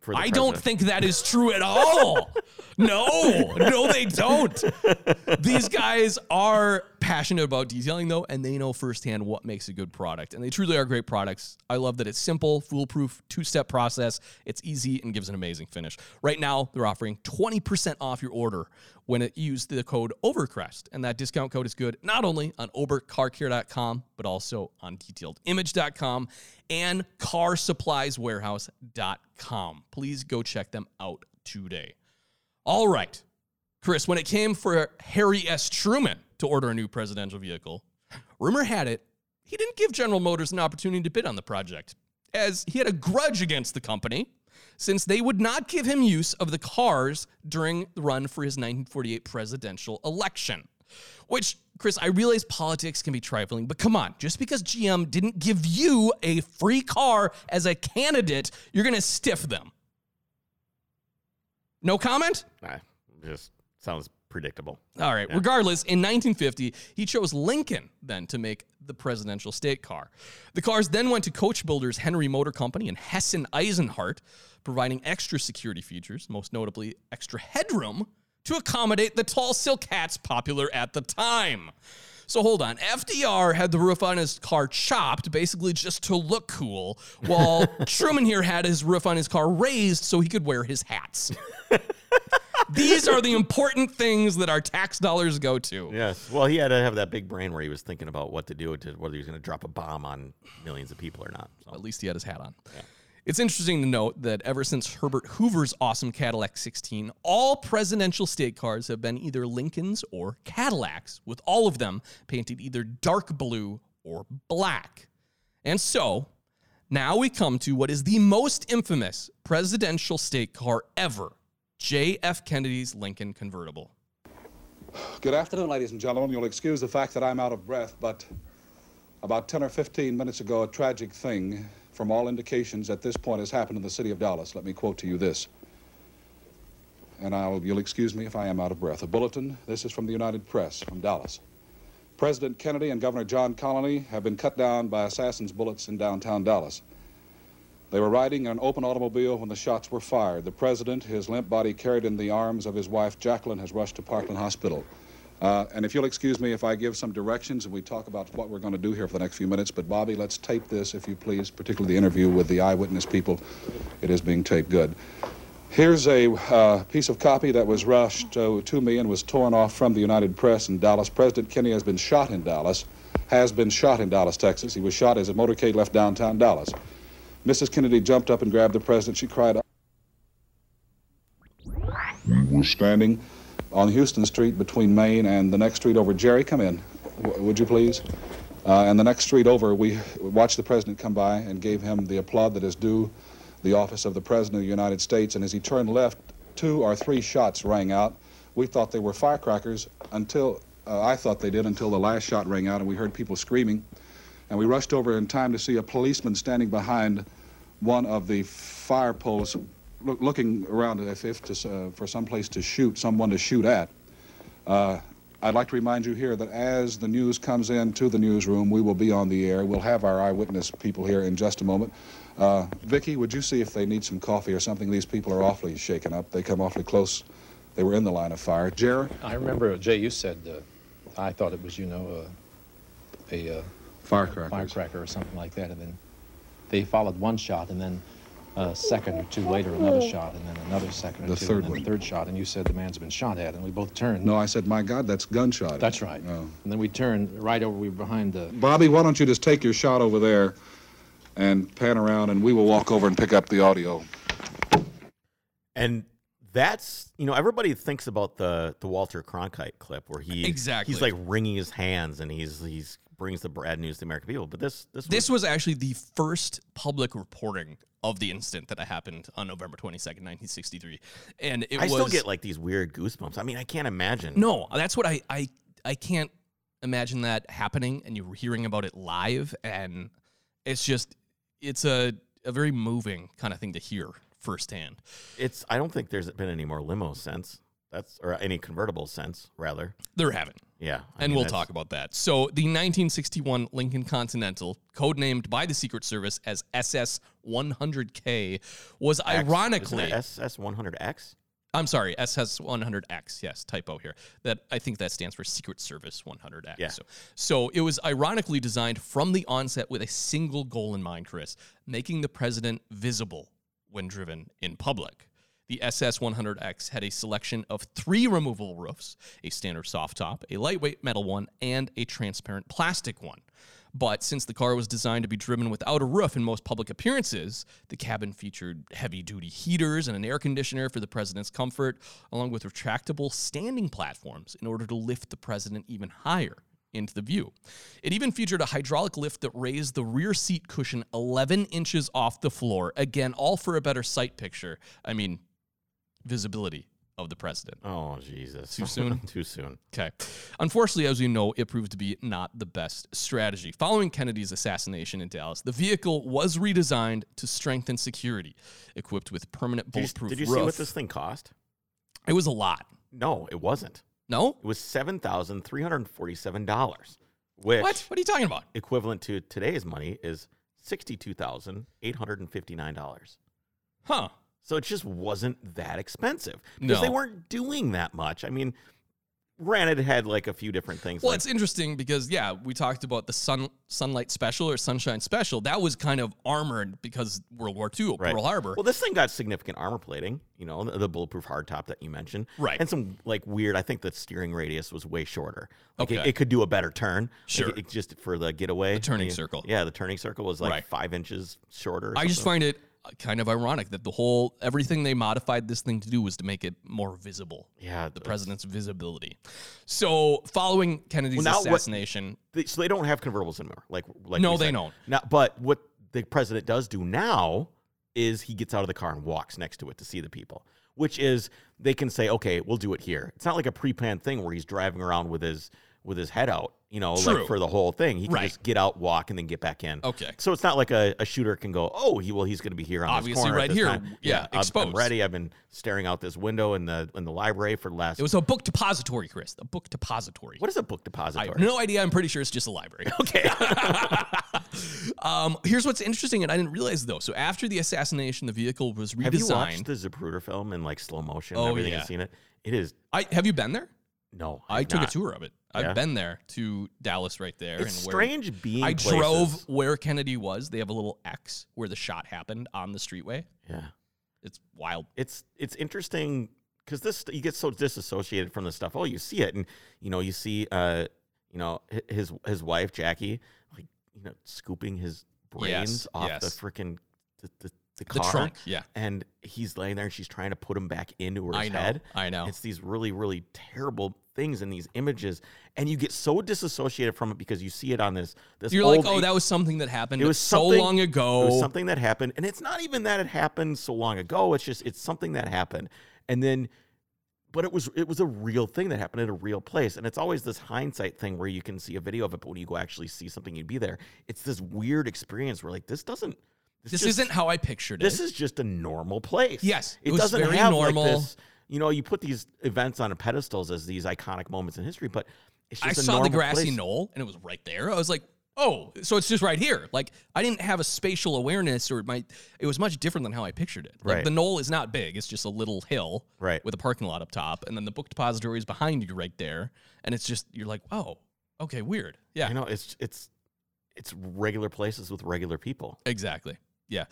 A: For the
B: I don't
A: president.
B: think that is true at all. no, no, they don't. These guys are passionate about detailing, though, and they know firsthand what makes a good product. And they truly are great products. I love that it's simple, foolproof, two step process. It's easy and gives an amazing finish. Right now, they're offering 20% off your order when it use the code OVERCREST. And that discount code is good not only on obercarcare.com, but also on detailedimage.com and carsupplieswarehouse.com. Please go check them out today. All right. Chris, when it came for Harry S. Truman to order a new presidential vehicle, rumor had it he didn't give General Motors an opportunity to bid on the project, as he had a grudge against the company since they would not give him use of the cars during the run for his 1948 presidential election. Which, Chris, I realize politics can be trifling, but come on, just because GM didn't give you a free car as a candidate, you're going to stiff them. No comment?
A: Nah, just sounds predictable.
B: All right. Regardless, in 1950, he chose Lincoln then to make the presidential state car. The cars then went to coach builders Henry Motor Company and Hessen Eisenhart, providing extra security features, most notably extra headroom to accommodate the tall silk hats popular at the time. So hold on. FDR had the roof on his car chopped, basically just to look cool, while Truman here had his roof on his car raised so he could wear his hats. These are the important things that our tax dollars go to.
A: Yes. Well, he had to have that big brain where he was thinking about what to do to whether he was going to drop a bomb on millions of people or not. So,
B: At least he had his hat on. It's interesting to note that ever since Herbert Hoover's awesome Cadillac 16, all presidential state cars have been either Lincolns or Cadillacs, with all of them painted either dark blue or black. And so, now we come to what is the most infamous presidential state car ever J.F. Kennedy's Lincoln convertible.
C: Good afternoon, ladies and gentlemen. You'll excuse the fact that I'm out of breath, but about 10 or 15 minutes ago, a tragic thing, from all indications at this point, has happened in the city of Dallas. Let me quote to you this. And I'll, you'll excuse me if I am out of breath. A bulletin. This is from the United Press from Dallas. President Kennedy and Governor John Connally have been cut down by assassins' bullets in downtown Dallas. They were riding in an open automobile when the shots were fired. The president, his limp body carried in the arms of his wife, Jacqueline, has rushed to Parkland Hospital. Uh, and if you'll excuse me if I give some directions and we talk about what we're going to do here for the next few minutes, but Bobby, let's tape this, if you please, particularly the interview with the eyewitness people. It is being taped good. Here's a uh, piece of copy that was rushed uh, to me and was torn off from the United Press in Dallas. President Kennedy has been shot in Dallas, has been shot in Dallas, Texas. He was shot as a motorcade left downtown Dallas. Mrs. Kennedy jumped up and grabbed the president. She cried out. We were standing on Houston Street between Main and the next street over. Jerry, come in, w- would you please? Uh, and the next street over, we watched the president come by and gave him the applaud that is due the office of the president of the United States. And as he turned left, two or three shots rang out. We thought they were firecrackers until uh, I thought they did until the last shot rang out, and we heard people screaming. And we rushed over in time to see a policeman standing behind one of the fire poles, look, looking around if, if to, uh, for some place to shoot, someone to shoot at. Uh, I'd like to remind you here that as the news comes in to the newsroom, we will be on the air. We'll have our eyewitness people here in just a moment. Uh, Vicky, would you see if they need some coffee or something? These people are awfully shaken up. They come awfully close. They were in the line of fire. Jared?
D: I remember, Jay, you said, uh, I thought it was, you know, uh, a uh,
C: Firecrackers.
D: firecracker or something like that. And then they followed one shot, and then a second or two later, another shot, and then another second or
C: The
D: two,
C: third
D: and then
C: one.
D: a third shot. And you said the man's been shot at, and we both turned.
C: No, I said, my God, that's gunshot.
D: That's right.
C: No.
D: And then we turned right over, we were behind the.
C: Bobby, why don't you just take your shot over there and pan around, and we will walk over and pick up the audio.
A: and that's you know everybody thinks about the the Walter Cronkite clip where he
B: Exactly.
A: he's like wringing his hands and he's he's brings the bad news to the American people. But this this
B: This was actually the first public reporting of the incident that happened on November 22nd, 1963. And it
A: I
B: was
A: still get like these weird goosebumps. I mean, I can't imagine.
B: No, that's what I I I can't imagine that happening and you're hearing about it live and it's just it's a a very moving kind of thing to hear firsthand.
A: It's I don't think there's been any more limo since that's or any convertible since rather.
B: There haven't.
A: Yeah, I
B: and
A: mean,
B: we'll
A: that's-
B: talk about that. So, the 1961 Lincoln Continental, codenamed by the Secret Service as SS 100K, was
A: X,
B: ironically
A: isn't it SS 100X.
B: I'm sorry, SS 100X. Yes, typo here. That I think that stands for Secret Service 100X.
A: Yeah.
B: So, so it was ironically designed from the onset with a single goal in mind, Chris, making the president visible when driven in public. The SS 100X had a selection of three removable roofs a standard soft top, a lightweight metal one, and a transparent plastic one. But since the car was designed to be driven without a roof in most public appearances, the cabin featured heavy duty heaters and an air conditioner for the president's comfort, along with retractable standing platforms in order to lift the president even higher into the view. It even featured a hydraulic lift that raised the rear seat cushion 11 inches off the floor. Again, all for a better sight picture. I mean, visibility of the president.
A: Oh Jesus!
B: Too soon?
A: Too soon.
B: Okay. Unfortunately, as we know, it proved to be not the best strategy. Following Kennedy's assassination in Dallas, the vehicle was redesigned to strengthen security, equipped with permanent
A: Did you,
B: bulletproof
A: did you
B: roof.
A: see what this thing cost?
B: It was a lot.
A: No, it wasn't.
B: No?
A: It was seven thousand three hundred forty-seven dollars, which
B: What? What are you talking about?
A: equivalent to today's money is sixty-two thousand eight hundred and fifty-nine dollars.
B: Huh.
A: So it just wasn't that expensive because
B: No.
A: they weren't doing that much. I mean, granted, it had like a few different things.
B: Well,
A: like-
B: it's interesting because yeah, we talked about the sun sunlight special or sunshine special. That was kind of armored because World War II,
A: Right.
B: Pearl Harbor.
A: Well, this thing got significant armor plating, you know, the, the bulletproof hardtop that you mentioned.
B: Right.
A: And some like weird, I think the steering radius was way shorter. Like, it-
B: Okay.
A: It, could do a better turn. Like,
B: Sure.
A: it, it just for the getaway. The
B: turning circle.
A: Yeah, the turning circle was like
B: Right.
A: five inches shorter. or
B: I just
A: something.
B: find it kind of ironic that the whole everything they modified this thing to do was to make it more visible.
A: Yeah. The
B: the president's visibility. So, following Kennedy's
A: Well, now what-
B: assassination,
A: they, so they don't have convertibles anymore. Like, like
B: No,
A: we
B: they
A: said.
B: don't.
A: Now, but what the president does do now is he gets out of the car and walks next to it to see the people, which is they can say, okay, we'll do it here. It's not like a pre-planned thing where he's driving around with his with his head out, you know,
B: True.
A: like for the whole thing. He can
B: Right.
A: just get out, walk, and then get back in.
B: Okay.
A: So it's not like a, a shooter can go, oh, he well, he's going to be here on this
B: Obviously
A: corner at
B: right
A: this
B: here.
A: time.
B: Yeah,
A: I'm- I'm
B: exposed.
A: ready. I've been staring out this window in the in the library for the last.
B: it was a book depository, Chris. A book depository.
A: what is a book
B: I
A: depository?
B: have no idea. I'm pretty sure it's just a library. Okay. um, here's what's interesting, and I didn't realize though. So after the assassination, the vehicle was redesigned.
A: Have you watched the Zapruder film in like slow motion? and
B: Oh,
A: everything
B: yeah.
A: and seen it. It is
B: I have you been there?
A: no.
B: I
A: have
B: took
A: not.
B: a tour of it. I've
A: Yeah?
B: been there to Dallas, right there.
A: It's
B: and where-
A: strange being.
B: I drove
A: places-
B: where Kennedy was. They have a little X where the shot happened on the streetway.
A: Yeah,
B: It's wild.
A: it's it's interesting because this you get so disassociated from this stuff. Oh, you see it, and you know you see, uh, you know hi- his his wife Jackie, like you know scooping his brains off the
B: yes.
A: freaking the, the, the
B: The
A: car,
B: trunk. Yeah.
A: and he's laying there, and she's trying to put him back into her
B: I know.
A: head.
B: I know.
A: It's these really, really terrible things in these images, and you get so disassociated from it because you see it on this. this
B: You're like,
A: old- E
B: oh, that was something that happened.
A: It was
B: so
A: something-
B: long ago.
A: it was something that happened, and it's not even that it happened so long ago. It's just it's something that happened, and then, but it was it was a real thing that happened at a real place, and it's always this hindsight thing where you can see a video of it, but when you go actually see something, you'd be there. It's this weird experience where like this doesn't.
B: this
A: just-
B: isn't how I pictured it.
A: this is just a normal place.
B: Yes, it
A: it,
B: was
A: doesn't
B: very
A: have
B: normal.
A: like this. You know, you put these events on pedestals as these iconic moments in history, but it's
B: I
A: just a
B: saw the
A: normal
B: grassy
A: place.
B: knoll and it was right there. I was like, oh, so it's just right here. Like I didn't have a spatial awareness or it might it was much different than how I pictured it. Like
A: Right.
B: the knoll is not big, it's just a little hill
A: Right.
B: with a parking lot up top, and then the book depository is behind you right there. And it's just you're like, oh, okay, weird. Yeah.
A: You know, it's it's it's regular places with regular people.
B: Exactly. Yeah.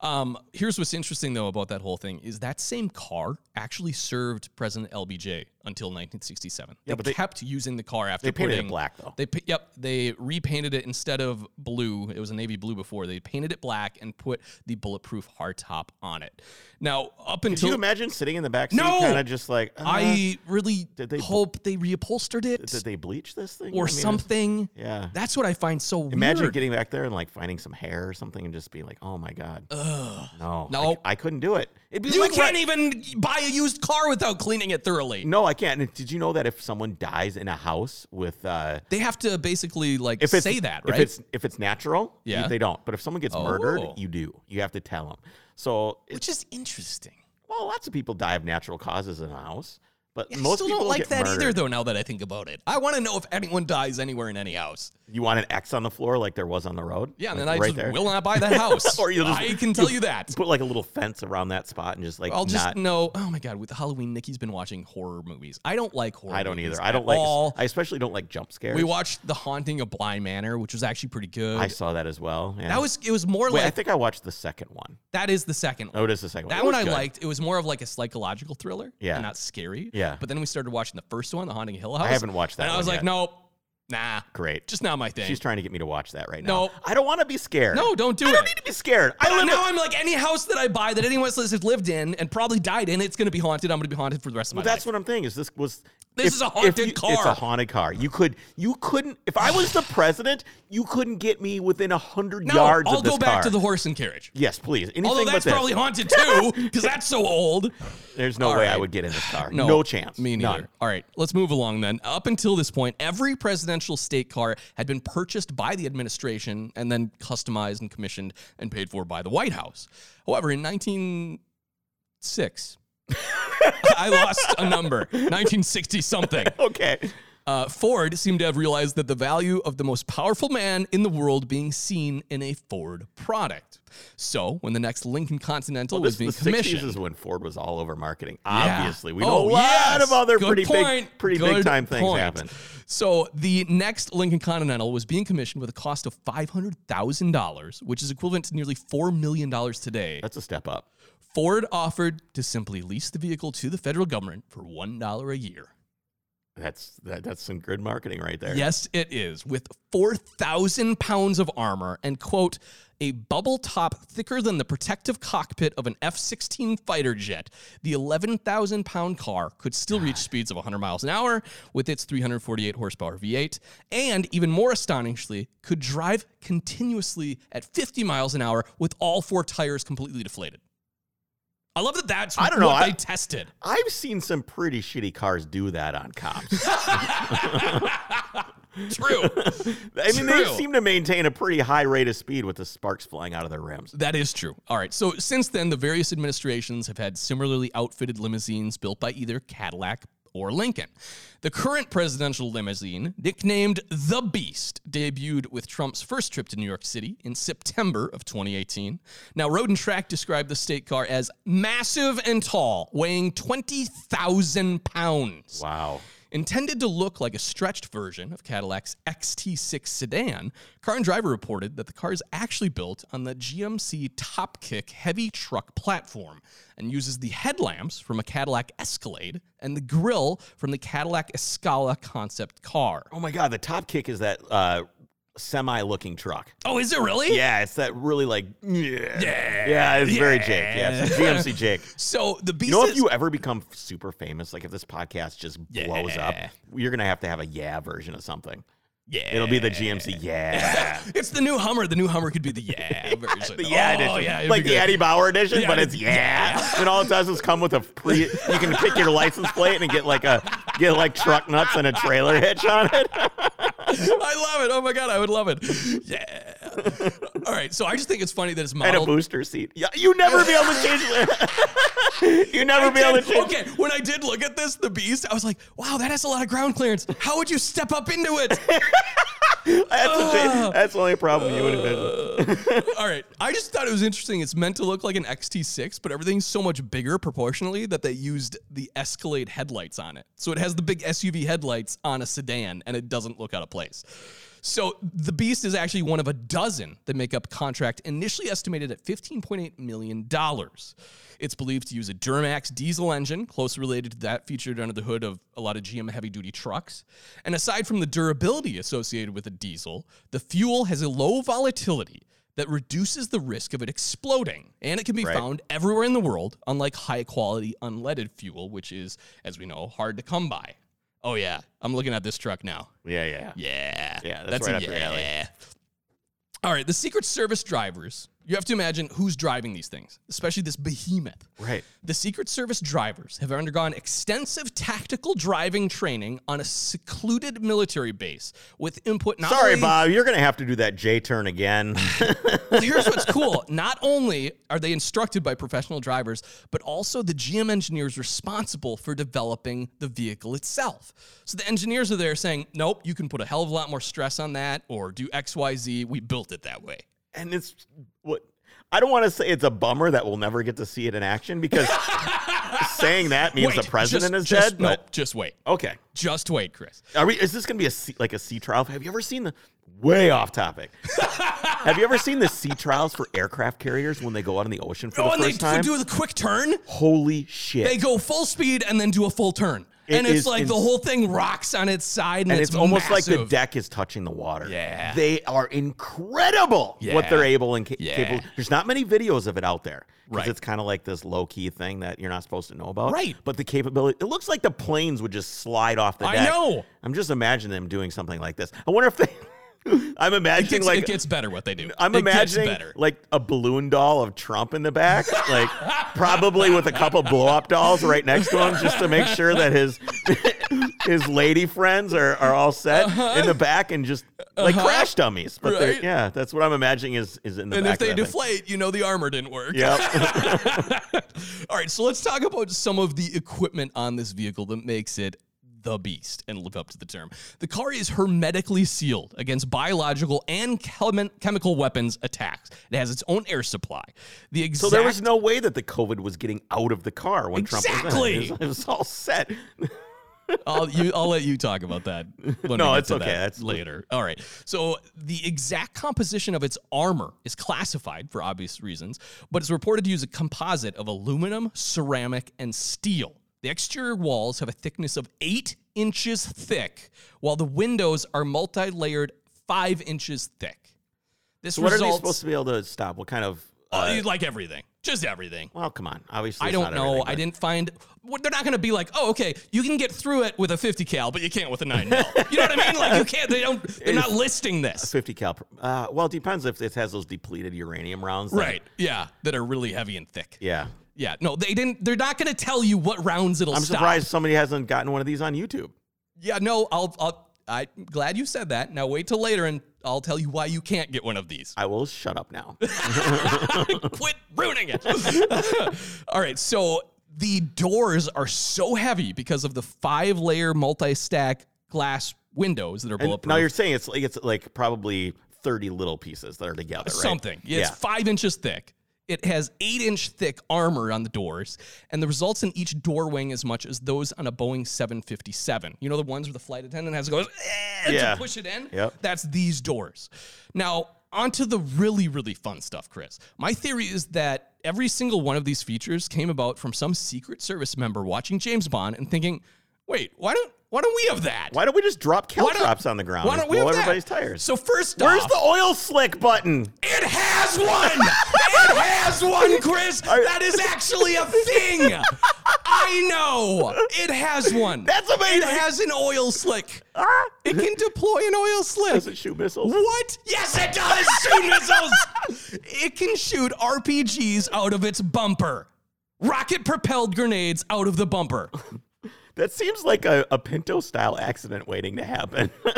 B: Um, here's what's interesting though about that whole thing is that same car actually served President LBJ until 1967.
A: Yeah,
B: they,
A: but they-
B: kept using the car after
A: They painted
B: putting-
A: it black though.
B: They pa- yep, they repainted it instead of blue. It was a navy blue before. They painted it black and put the bulletproof hardtop on it. Now, up
A: Could you
B: until
A: imagine sitting in the back seat,
B: No!
A: kind of just like uh,
B: I really
A: Did they-
B: hope they reupholstered it
A: did they bleach this thing
B: or
A: I mean, it's-
B: something.
A: Yeah.
B: That's what I find so
A: Imagine
B: weird.
A: getting back there and like finding some hair or something and just being like, oh my god,
B: Ugh.
A: no, I
B: No.
A: c- I, couldn't do it. It'd be
B: You
A: like
B: can't even buy a used car without cleaning it thoroughly.
A: No, I can't. And Did you know that if someone dies in a house with uh,
B: They have to basically like
A: if it's,
B: say that, right?
A: If it's if it's natural, you-
B: Yeah.
A: they don't. But if someone gets murdered,
B: Oh.
A: you do. You have to tell them. So, it,
B: Which is interesting.
A: well, lots of people die of natural causes in a house, but
B: Yeah, I
A: most
B: still
A: people
B: don't like
A: get
B: that either,
A: murdered.
B: though. Now that I think about it, I want to know if anyone dies anywhere in any house.
A: You want an X on the floor like there was on the road?
B: Yeah,
A: Like,
B: and then I
A: right
B: just
A: there.
B: will not buy that house.
A: Or you'll just-
B: I can tell you that.
A: put like a little fence around that spot and just like
B: I'll just
A: not.
B: know. Oh my god! With Halloween, Nikki's been watching horror movies. I don't like horror.
A: I don't
B: movies
A: either. I
B: at
A: don't like.
B: all.
A: I especially don't like jump scares.
B: we watched The Haunting of Blind Manor, which was actually pretty good.
A: I saw that as well. yeah.
B: that was it. Was more
A: Wait, I
B: like
A: think I watched the second one.
B: that is the second one.
A: Oh, it is the second
B: That
A: one. It
B: one I
A: was good.
B: liked. It was more of like a psychological thriller.
A: Yeah.
B: and not scary.
A: Yeah.
B: But then we started watching the first one, The Haunting of Hill House.
A: I haven't watched that.
B: and I
A: one
B: was like,
A: yet.
B: nope. Nah,
A: Great.
B: just not my thing.
A: She's trying to get me to watch that right
B: No.
A: now. I don't want to be scared.
B: No, don't do
A: I
B: it.
A: don't need to be scared. I
B: But
A: live.
B: now I'm like any house that I buy that anyone else has lived in and probably died in, it's gonna be haunted. I'm gonna be haunted for the rest of my
A: Well, that's
B: life.
A: what I'm thinking. Is this was
B: This is a
A: if
B: haunted
A: you- It's
B: car.
A: a haunted car. You could you couldn't if I was the president, you couldn't get me within a hundred
B: no,
A: yards
B: I'll
A: of this
B: go back
A: car.
B: to the horse and carriage.
A: yes, please. Anything
B: Although that's
A: but this.
B: probably haunted too, because that's so old.
A: There's no
B: All
A: way
B: right.
A: I would get in this car.
B: No,
A: No, chance.
B: Me neither.
A: None.
B: All right, let's move along then. Up until this point, every presidential state car had been purchased by the administration and then customized and commissioned and paid for by the White House. However, in 1906, I lost a number, 1960 something.
A: Okay.
B: Uh, Ford seemed to have realized that the value of the most powerful man in the world being seen in a Ford product. So, when the next Lincoln Continental was
A: This, the
B: being
A: 60s
B: commissioned,
A: is when Ford was all over marketing.
B: Yeah.
A: Obviously, we
B: Oh,
A: know a lot
B: yes.
A: of other
B: Good
A: pretty
B: point.
A: big, pretty
B: Good
A: big time things
B: point.
A: happen.
B: So the next Lincoln Continental was being commissioned with a cost of five hundred thousand dollars, which is equivalent to nearly four million dollars today.
A: That's a step up.
B: Ford offered to simply lease the vehicle to the federal government for one dollar a year.
A: That's that, that's some good marketing right there.
B: Yes, it is. With 4,000 pounds of armor and, quote, a bubble top thicker than the protective cockpit of an F 16 fighter jet, the 11,000 pound car could still reach speeds of 100 miles an hour with its 348 horsepower V8, and even more astonishingly, could drive continuously at 50 miles an hour with all four tires completely deflated. I love that that's
A: I don't know,
B: what
A: I-
B: they tested.
A: I've seen some pretty shitty cars do that on cops.
B: True.
A: I mean, they
B: True.
A: seem to maintain a pretty high rate of speed with the sparks flying out of their rims.
B: That is true. All right. So since then, the various administrations have had similarly outfitted limousines built by either Cadillac or Lincoln. The current presidential limousine, nicknamed the Beast, debuted with Trump's first trip to New York City in September of 2018. Now, Road and Track described the state car as massive and tall, weighing 20,000 pounds.
A: Wow.
B: Intended to look like a stretched version of Cadillac's XT6 sedan, Car and Driver reported that the car is actually built on the GMC Topkick heavy truck platform and uses the headlamps from a Cadillac Escalade and the grille from the Cadillac Escala concept car.
A: Oh my God, the top kick is that uh, semi looking truck.
B: Oh, is it really?
A: Yeah, it's that really like. Yeah. Yeah, it's very Jake. Yeah, it's GMC Jake.
B: So the Beast
A: You know, if
B: is-
A: you ever become super famous, like if this podcast just blows up,
B: Yeah.
A: you're going to have to have a yeah version of something. Yeah. It'll be the GMC yeah.
B: it's the new Hummer. The new Hummer could be the yeah version.
A: The yeah
B: oh,
A: edition.
B: Yeah, it'd
A: like
B: be
A: the
B: good.
A: Eddie Bauer edition,
B: Yeah,
A: but it's
B: yeah.
A: yeah. And all it does is come with a pre you can pick your license plate and get like a get like truck nuts and a trailer hitch on it.
B: I love it. Oh my god, I would love it. Yeah. All right. So I just think it's funny that it's
A: and a
B: modeled.
A: booster seat. Yeah, you never be able to change it. you never be able to
B: Did-
A: change.
B: okay, when I did look at this, the beast, I was like, wow, that has a lot of ground clearance. How would you step up into it?
A: That's, the thing. That's the only problem you would envision.
B: All right. I just thought it was interesting. It's meant to look like an XT6, but everything's so much bigger proportionally that they used the Escalade headlights on it. So it has the big SUV headlights on a sedan and it doesn't look out of place. So the Beast is actually one of a dozen that make up a contract initially estimated at $15.8 million. It's believed to use a Duramax diesel engine, closely related to that featured under the hood of a lot of GM heavy duty trucks. And aside from the durability associated with a diesel, the fuel has a low volatility that reduces the risk of it exploding. And it can be
A: Right.
B: found everywhere in the world, unlike high quality unleaded fuel, which is, as we know, hard to come by. Oh, yeah. I'm looking at this truck now.
A: Yeah, yeah.
B: Yeah.
A: Yeah, that's right up your alley.
B: All right, the Secret Service drivers. You have to imagine who's driving these things, especially this behemoth.
A: Right.
B: The Secret Service drivers have undergone extensive tactical driving training on a secluded military base with input not
A: Sorry,
B: only-
A: Bob. You're gonna have to do that J turn again.
B: Here's what's cool. Not only are they instructed by professional drivers, but also the GM engineers responsible for developing the vehicle itself. So the engineers are there saying, nope, you can put a hell of a lot more stress on that or do XYZ. We built it that way.
A: and it's what I don't want to say it's a bummer that we'll never get to see it in action because saying that means the president
B: just-
A: is
B: just-
A: dead.
B: Nope,
A: But
B: just wait.
A: okay,
B: Just wait, Chris.
A: Are we? Is this going to be a sea, like a sea trial? Have you ever seen the way off topic? Have you ever seen the sea trials for aircraft carriers when they go out in the ocean for
B: Oh,
A: the
B: and they
A: first time?
B: do the quick turn.
A: Holy shit!
B: They go full speed and then do a full turn.
A: It
B: and it's
A: is
B: like the
A: ins-
B: whole thing rocks on its side, and,
A: and it's, almost like the
B: massive.
A: deck is touching the water.
B: Yeah.
A: they are incredible
B: Yeah.
A: what they're able and ca-
B: Yeah.
A: capable. There's not many videos of it out there because
B: Right.
A: it's kind of like this low key thing that you're not supposed to know about.
B: Right.
A: but the capability. It looks like the planes would just slide off the
B: I
A: deck.
B: know.
A: I'm just imagining them doing something like this. I wonder if they. I'm
B: It
A: imagining
B: gets,
A: like
B: it gets better what they do.
A: I'm
B: it
A: imagining
B: gets better.
A: like a balloon doll of Trump in the back, like probably with a couple blow up dolls right next to him, just to make sure that his his lady friends are, are all set in the back and just like
B: Uh-huh.
A: crash dummies. But they're
B: Right.
A: yeah, that's what I'm imagining is is in the
B: and
A: back.
B: if they
A: of that thing.
B: deflate, you know the armor didn't work.
A: Yep.
B: All right, so let's talk about some of the equipment on this vehicle that makes it the beast and live up to the term. The car is hermetically sealed against biological and chem- chemical weapons attacks. It has its own air supply. The exact
A: So there was no way that the COVID was getting out of the car when Trump was in it.
B: Exactly.
A: It was, it was all set.
B: I'll, you, I'll let you talk about that. When
A: No,
B: we get
A: it's
B: to
A: okay.
B: that
A: That's-
B: later. All right. So the exact composition of its armor is classified for obvious reasons, but it's reported to use a composite of aluminum, ceramic, and steel. The exterior walls have a thickness of eight inches thick, while the windows are multi-layered five inches thick. This
A: So what are
B: results
A: they supposed to be able to stop? What kind of?
B: uh,
A: Uh,
B: like everything, just everything.
A: well, come on. Obviously,
B: I
A: it's
B: don't
A: not
B: know.
A: everything,
B: I
A: but-
B: didn't find. What they're not going to be like, oh, okay, you can get through it with a 50 cal, but you can't with a 9 mil. you know what I mean? Like you can't. They don't. They're not listing this.
A: 50 cal. Uh, well, it depends if it has those depleted uranium rounds. that-
B: Right. Yeah. That are really heavy and thick. Yeah.
A: Yeah.
B: No, they didn't. They're not going to tell you what rounds it'll
A: I'm
B: stop.
A: surprised somebody hasn't gotten one of these on YouTube.
B: Yeah. No. I'll. I'll. I'm glad you said that. Now wait till later, and I'll tell you why you can't get one of these.
A: I will shut up now.
B: Quit ruining it. All right, so the doors are so heavy because of the five layer multi stack glass windows that are
A: And
B: bulletproof.
A: now you're saying it's like it's like probably 30 little pieces that are together, right?
B: Something. It's
A: yeah.
B: five inches thick. It has eight inch thick armor on the doors, and the results in each door wing as much as those on a Boeing 757. You know the ones where the flight attendant has to go "Eh,"
A: Yeah.
B: to push it in?
A: Yep.
B: That's these doors. Now, onto the really, really fun stuff, Chris. My theory is that every single one of these features came about from some Secret Service member watching James Bond and thinking, wait, why don't why don't we have that?
A: Why don't we just drop
B: Why don't-
A: caltrops on the ground?
B: Why
A: and
B: don't we
A: blow
B: have that?
A: everybody's tires?
B: So first
A: Where's
B: off,
A: the oil slick button?
B: it has one. it has one, Chris. That is actually a thing. I know. It has one.
A: That's amazing.
B: It has an oil slick.
A: Ah,
B: It can deploy an oil
A: does it
B: slick.
A: shoot missiles?
B: What? Yes, it does shoot missiles. It can shoot RPGs out of its bumper. Rocket propelled grenades out of the bumper.
A: That seems like a, a Pinto style accident waiting to happen.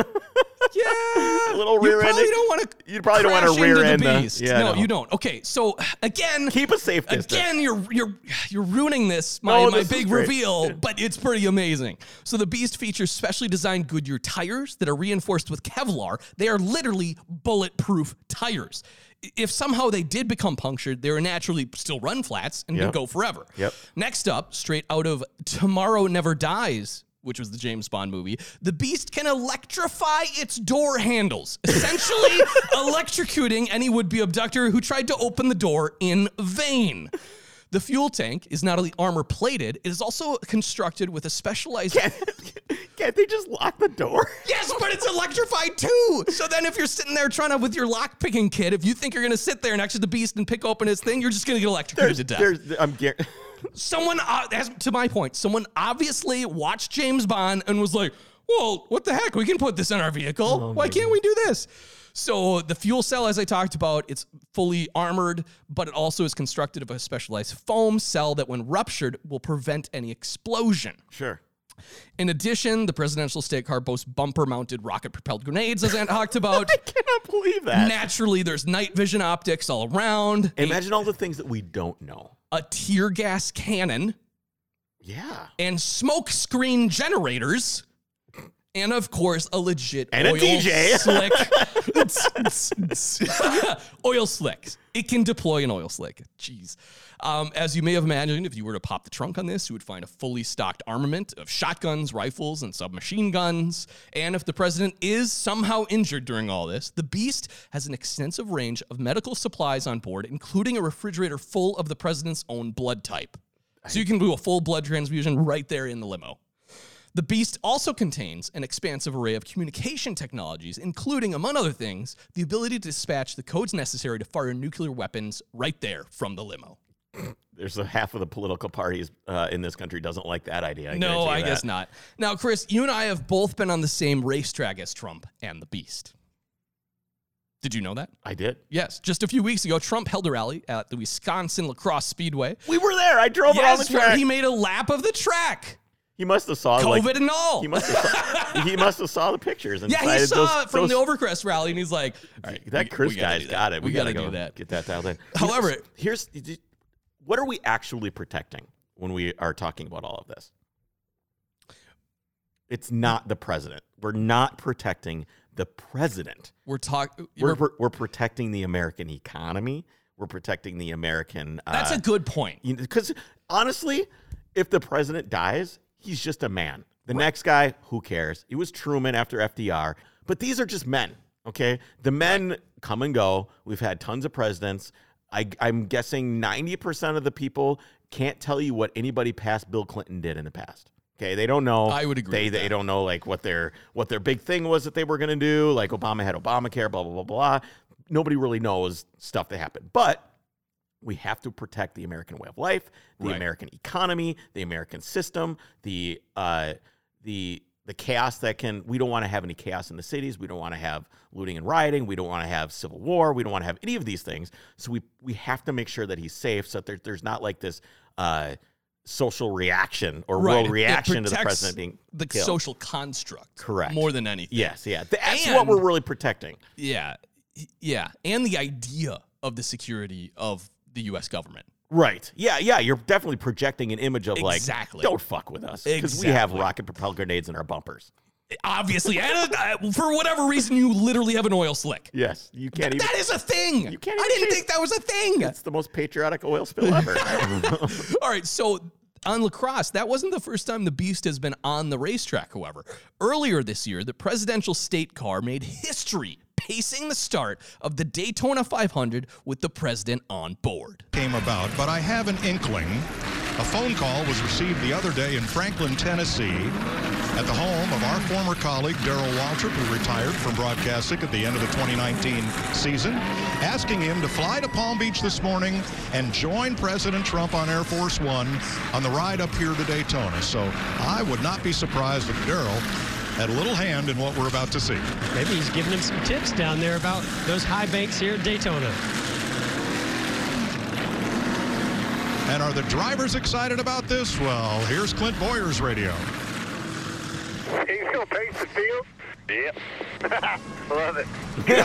B: Yeah.
A: little
B: you
A: rear
B: probably
A: ending.
B: don't want to
A: You probably don't wanna rear end
B: the
A: the-
B: beast.
A: yeah,
B: no,
A: no.
B: you don't. Okay, so again,
A: Keep a safe distance.
B: Again, you're you're you're ruining this my,
A: No,
B: my
A: this is
B: big
A: great.
B: reveal, but it's pretty amazing. So the Beast features specially designed Goodyear tires that are reinforced with Kevlar. They are literally bulletproof tires. I- If somehow they did become punctured, they are naturally still run flats and
A: Yep.
B: can go forever.
A: Yep.
B: Next up, straight out of Tomorrow Never Dies, which was the James Bond movie, the beast can electrify its door handles, essentially electrocuting any would be abductor who tried to open the door in vain. The fuel tank is not only armor plated, it is also constructed with a specialized.
A: Can't they just lock the door?
B: Yes, but it's electrified too. So then, if you're sitting there trying to with your lock picking kit, if you think you're gonna sit there next to the beast and pick open his thing, you're just gonna get electrocuted to death.
A: There's, I'm gar-
B: someone uh, as to my point someone obviously watched james bond and was like well what the heck we can put this in our vehicle why can't we do this so the fuel cell as i talked about it's fully armored but it also is constructed of a specialized foam cell that when ruptured will prevent any explosion
A: Sure.
B: in addition the presidential state car boasts bumper mounted rocket propelled grenades as i talked about
A: I cannot believe that.
B: naturally there's night vision optics all around
A: Imagine all the things that we don't know.
B: a tear gas cannon
A: Yeah.
B: and smoke screen generators. And of course, a legit
A: And a
B: oil
A: DJ.
B: slick. Tss, tss, tss. oil slick. It can deploy an oil slick. Jeez. Um, as you may have imagined, if you were to pop the trunk on this, you would find a fully stocked armament of shotguns, rifles, and submachine guns. And if the president is somehow injured during all this, the Beast has an extensive range of medical supplies on board, including a refrigerator full of the president's own blood type. So you can do a full blood transfusion right there in the limo. The Beast also contains an expansive array of communication technologies, including, among other things, the ability to dispatch the codes necessary to fire nuclear weapons right there from the limo.
A: There's a half of the political parties uh, in this country doesn't like that idea. I
B: no,
A: guarantee you
B: I
A: that.
B: guess not. Now, Chris, you and I have both been on the same racetrack as Trump and the Beast. Did you know that?
A: I did.
B: Yes, just a few weeks ago, Trump held a rally at the Wisconsin Lacrosse Speedway.
A: We were there. I drove around the
B: Yes, where
A: track.
B: he
A: He,
B: made a lap of the track,
A: must have saw
B: COVID
A: like
B: and all.
A: he must have saw, he must have saw the pictures and
B: yeah, he
A: decided
B: saw
A: those-
B: it from
A: those-
B: the Overcrest rally, and he's like, "All right,
A: that
B: we-
A: Chris
B: we gotta
A: guy's
B: do that.
A: got it. We, gotta, go
B: do that."
A: Get that dialed in.
B: However-
A: here's what are we actually protecting when we are talking about all of this? It's not the president. We're not protecting the president.
B: We're talking.
A: We're, we're, we're protecting the American economy. We're protecting the American. Uh,
B: That's a good point.
A: because honestly, if the president dies, he's just a man. The next guy, who cares? It was Truman after FDR, but these are just men. Okay, the men come and go. We've had tons of presidents. I, I'm guessing 90% of the people can't tell you what anybody past Bill Clinton did in the past. Okay, they don't know.
B: I would agree
A: They
B: with
A: they
B: that.
A: don't know like what their what their big thing was that they were gonna do. Like Obama had Obamacare, blah blah blah blah. Nobody really knows stuff that happened, but we have to protect the American way of life, the
B: Right.
A: American economy, the American system, the uh, the the chaos that can. We don't want to have any chaos in the cities. We don't want to have looting and rioting. We don't want to have civil war. We don't want to have any of these things. So we we have to make sure that he's safe, so that there, there's not like this uh, social reaction or
B: Right, it-
A: world
B: it
A: reaction to the
B: protects
A: president being
B: the
A: killed.
B: social construct,
A: Correct.
B: More than anything.
A: Yes, yeah, that's what
B: And-
A: we're really protecting.
B: yeah, yeah, and the idea of the security of the U.S. government.
A: Right. Yeah, yeah. You're definitely projecting an image of
B: Exactly.
A: like, don't fuck with us. Because we have
B: Exactly.
A: rocket propelled grenades in our bumpers.
B: Obviously, and uh, for whatever reason, you literally have an oil slick.
A: Yes. You can't even.
B: That is a thing.
A: You can't
B: I
A: even
B: didn't
A: change-
B: think that was a thing.
A: It's the most patriotic oil spill ever.
B: All right, so on lacrosse, that wasn't the first time the Beast has been on the racetrack, however. Earlier this year, the presidential state car made history pacing the start of the Daytona 500 with the president on board.
E: came about, but I have an inkling. A phone call was received the other day in Franklin, Tennessee, at the home of our former colleague Darrell Waltrip, who retired from broadcasting at the end of the 2019 season, asking him to fly to Palm Beach this morning and join President Trump on Air Force One on the ride up here to Daytona. So I would not be surprised if Darrell had a little hand in what we're about to see.
F: Maybe he's giving him some tips down there about those high banks here at Daytona.
E: And are the drivers excited about this? Well, here's Clint Boyer's radio.
G: He's gonna pace the field. Yep. Love it.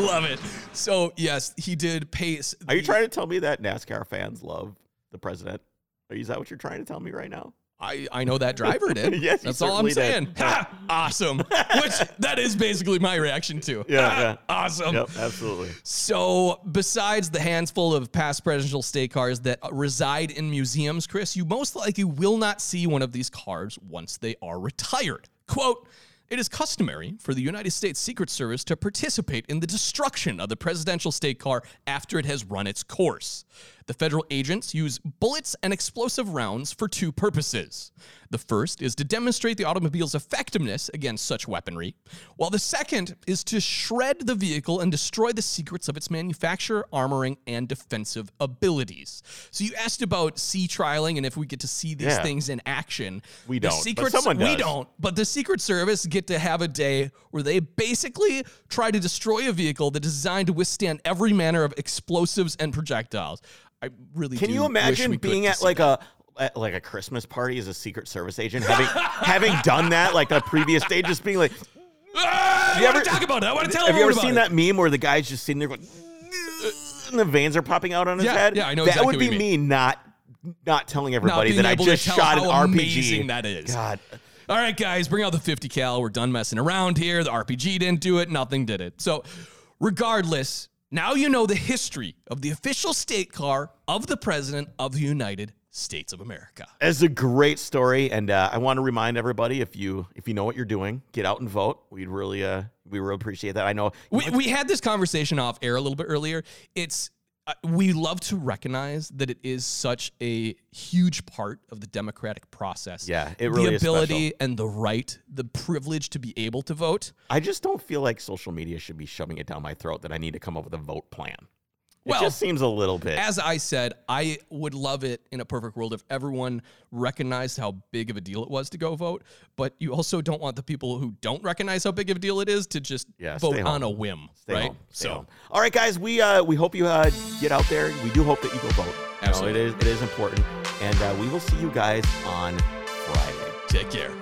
B: Love it. So, yes, he did pace.
A: Are you
B: the-
A: trying to tell me that NASCAR fans love the president? Is that what you're trying to tell me right now?
B: I, I know that driver did.
A: Yes, he
B: that's all I'm
A: certainly did.
B: saying. Ha! awesome. Which that is basically my reaction to.
A: Yeah,
B: Ha!
A: yeah.
B: Awesome.
A: absolutely.
B: So, besides the handful of past presidential state cars that uh, reside in museums, Chris, you most likely will not see one of these cars once they are retired. Quote, it is customary for the United States Secret Service to participate in the destruction of the presidential state car after it has run its course. The federal agents use bullets and explosive rounds for two purposes. The first is to demonstrate the automobile's effectiveness against such weaponry, while the second is to shred the vehicle and destroy the secrets of its manufacture, armoring, and defensive abilities. So you asked about sea trialing and if we get to see these
A: Yeah.
B: things in action.
A: We
B: The
A: don't, but
B: Secret-
A: someone
B: We
A: does.
B: don't, but the Secret Service get to have a day where they basically try to destroy a vehicle that is designed to withstand every manner of explosives and projectiles. I really
A: Can
B: do
A: you
B: wish
A: imagine
B: we could
A: being
B: to
A: at
B: see
A: like a at like a Christmas party as a Secret Service agent, having having done that like the previous day, just being like,
B: Ah, I
A: you
B: want
A: ever-
B: to talk about it. I want to tell
A: have you ever
B: everyone
A: seen
B: about it.
A: that meme where the guy's just sitting there going, and the veins are popping out on his
B: Yeah,
A: head?
B: yeah, I know
A: That
B: exactly
A: would
B: what
A: be
B: you
A: me not not telling everybody
B: being
A: that I
B: able to
A: just
B: tell
A: shot an
B: how
A: RPG.
B: amazing that is.
A: God,
B: All right, guys, bring out the 50 cal. We're done messing around here. The RPG didn't do it, nothing did it. So, regardless, now you know the history of the official state car of the President of the United States of America.
A: That's a great story, and uh, I want to remind everybody if you if you know what you're doing, get out and vote. We'd really uh we really appreciate that. I know
B: We, we had this conversation off air a little bit earlier. It's uh, we love to recognize that it is such a huge part of the democratic process.
A: Yeah, it really
B: the
A: is
B: ability
A: special.
B: and the right, the privilege to be able to vote.
A: I just don't feel like social media should be shoving it down my throat that I need to come up with a vote plan.
B: Well,
A: it just seems a little bit.
B: As I said, I would love it in a perfect world if everyone recognized how big of a deal it was to go vote, but you also don't want the people who don't recognize how big of a deal it is to just
A: Yeah,
B: vote
A: stay home.
B: on a whim,
A: Stay
B: right?
A: home. Stay home. all right, guys, we uh, we hope you uh, get out there. We do hope that you go vote. You know,
B: Absolutely.
A: it is it is important, and uh, we will see you guys on Friday.
B: take care.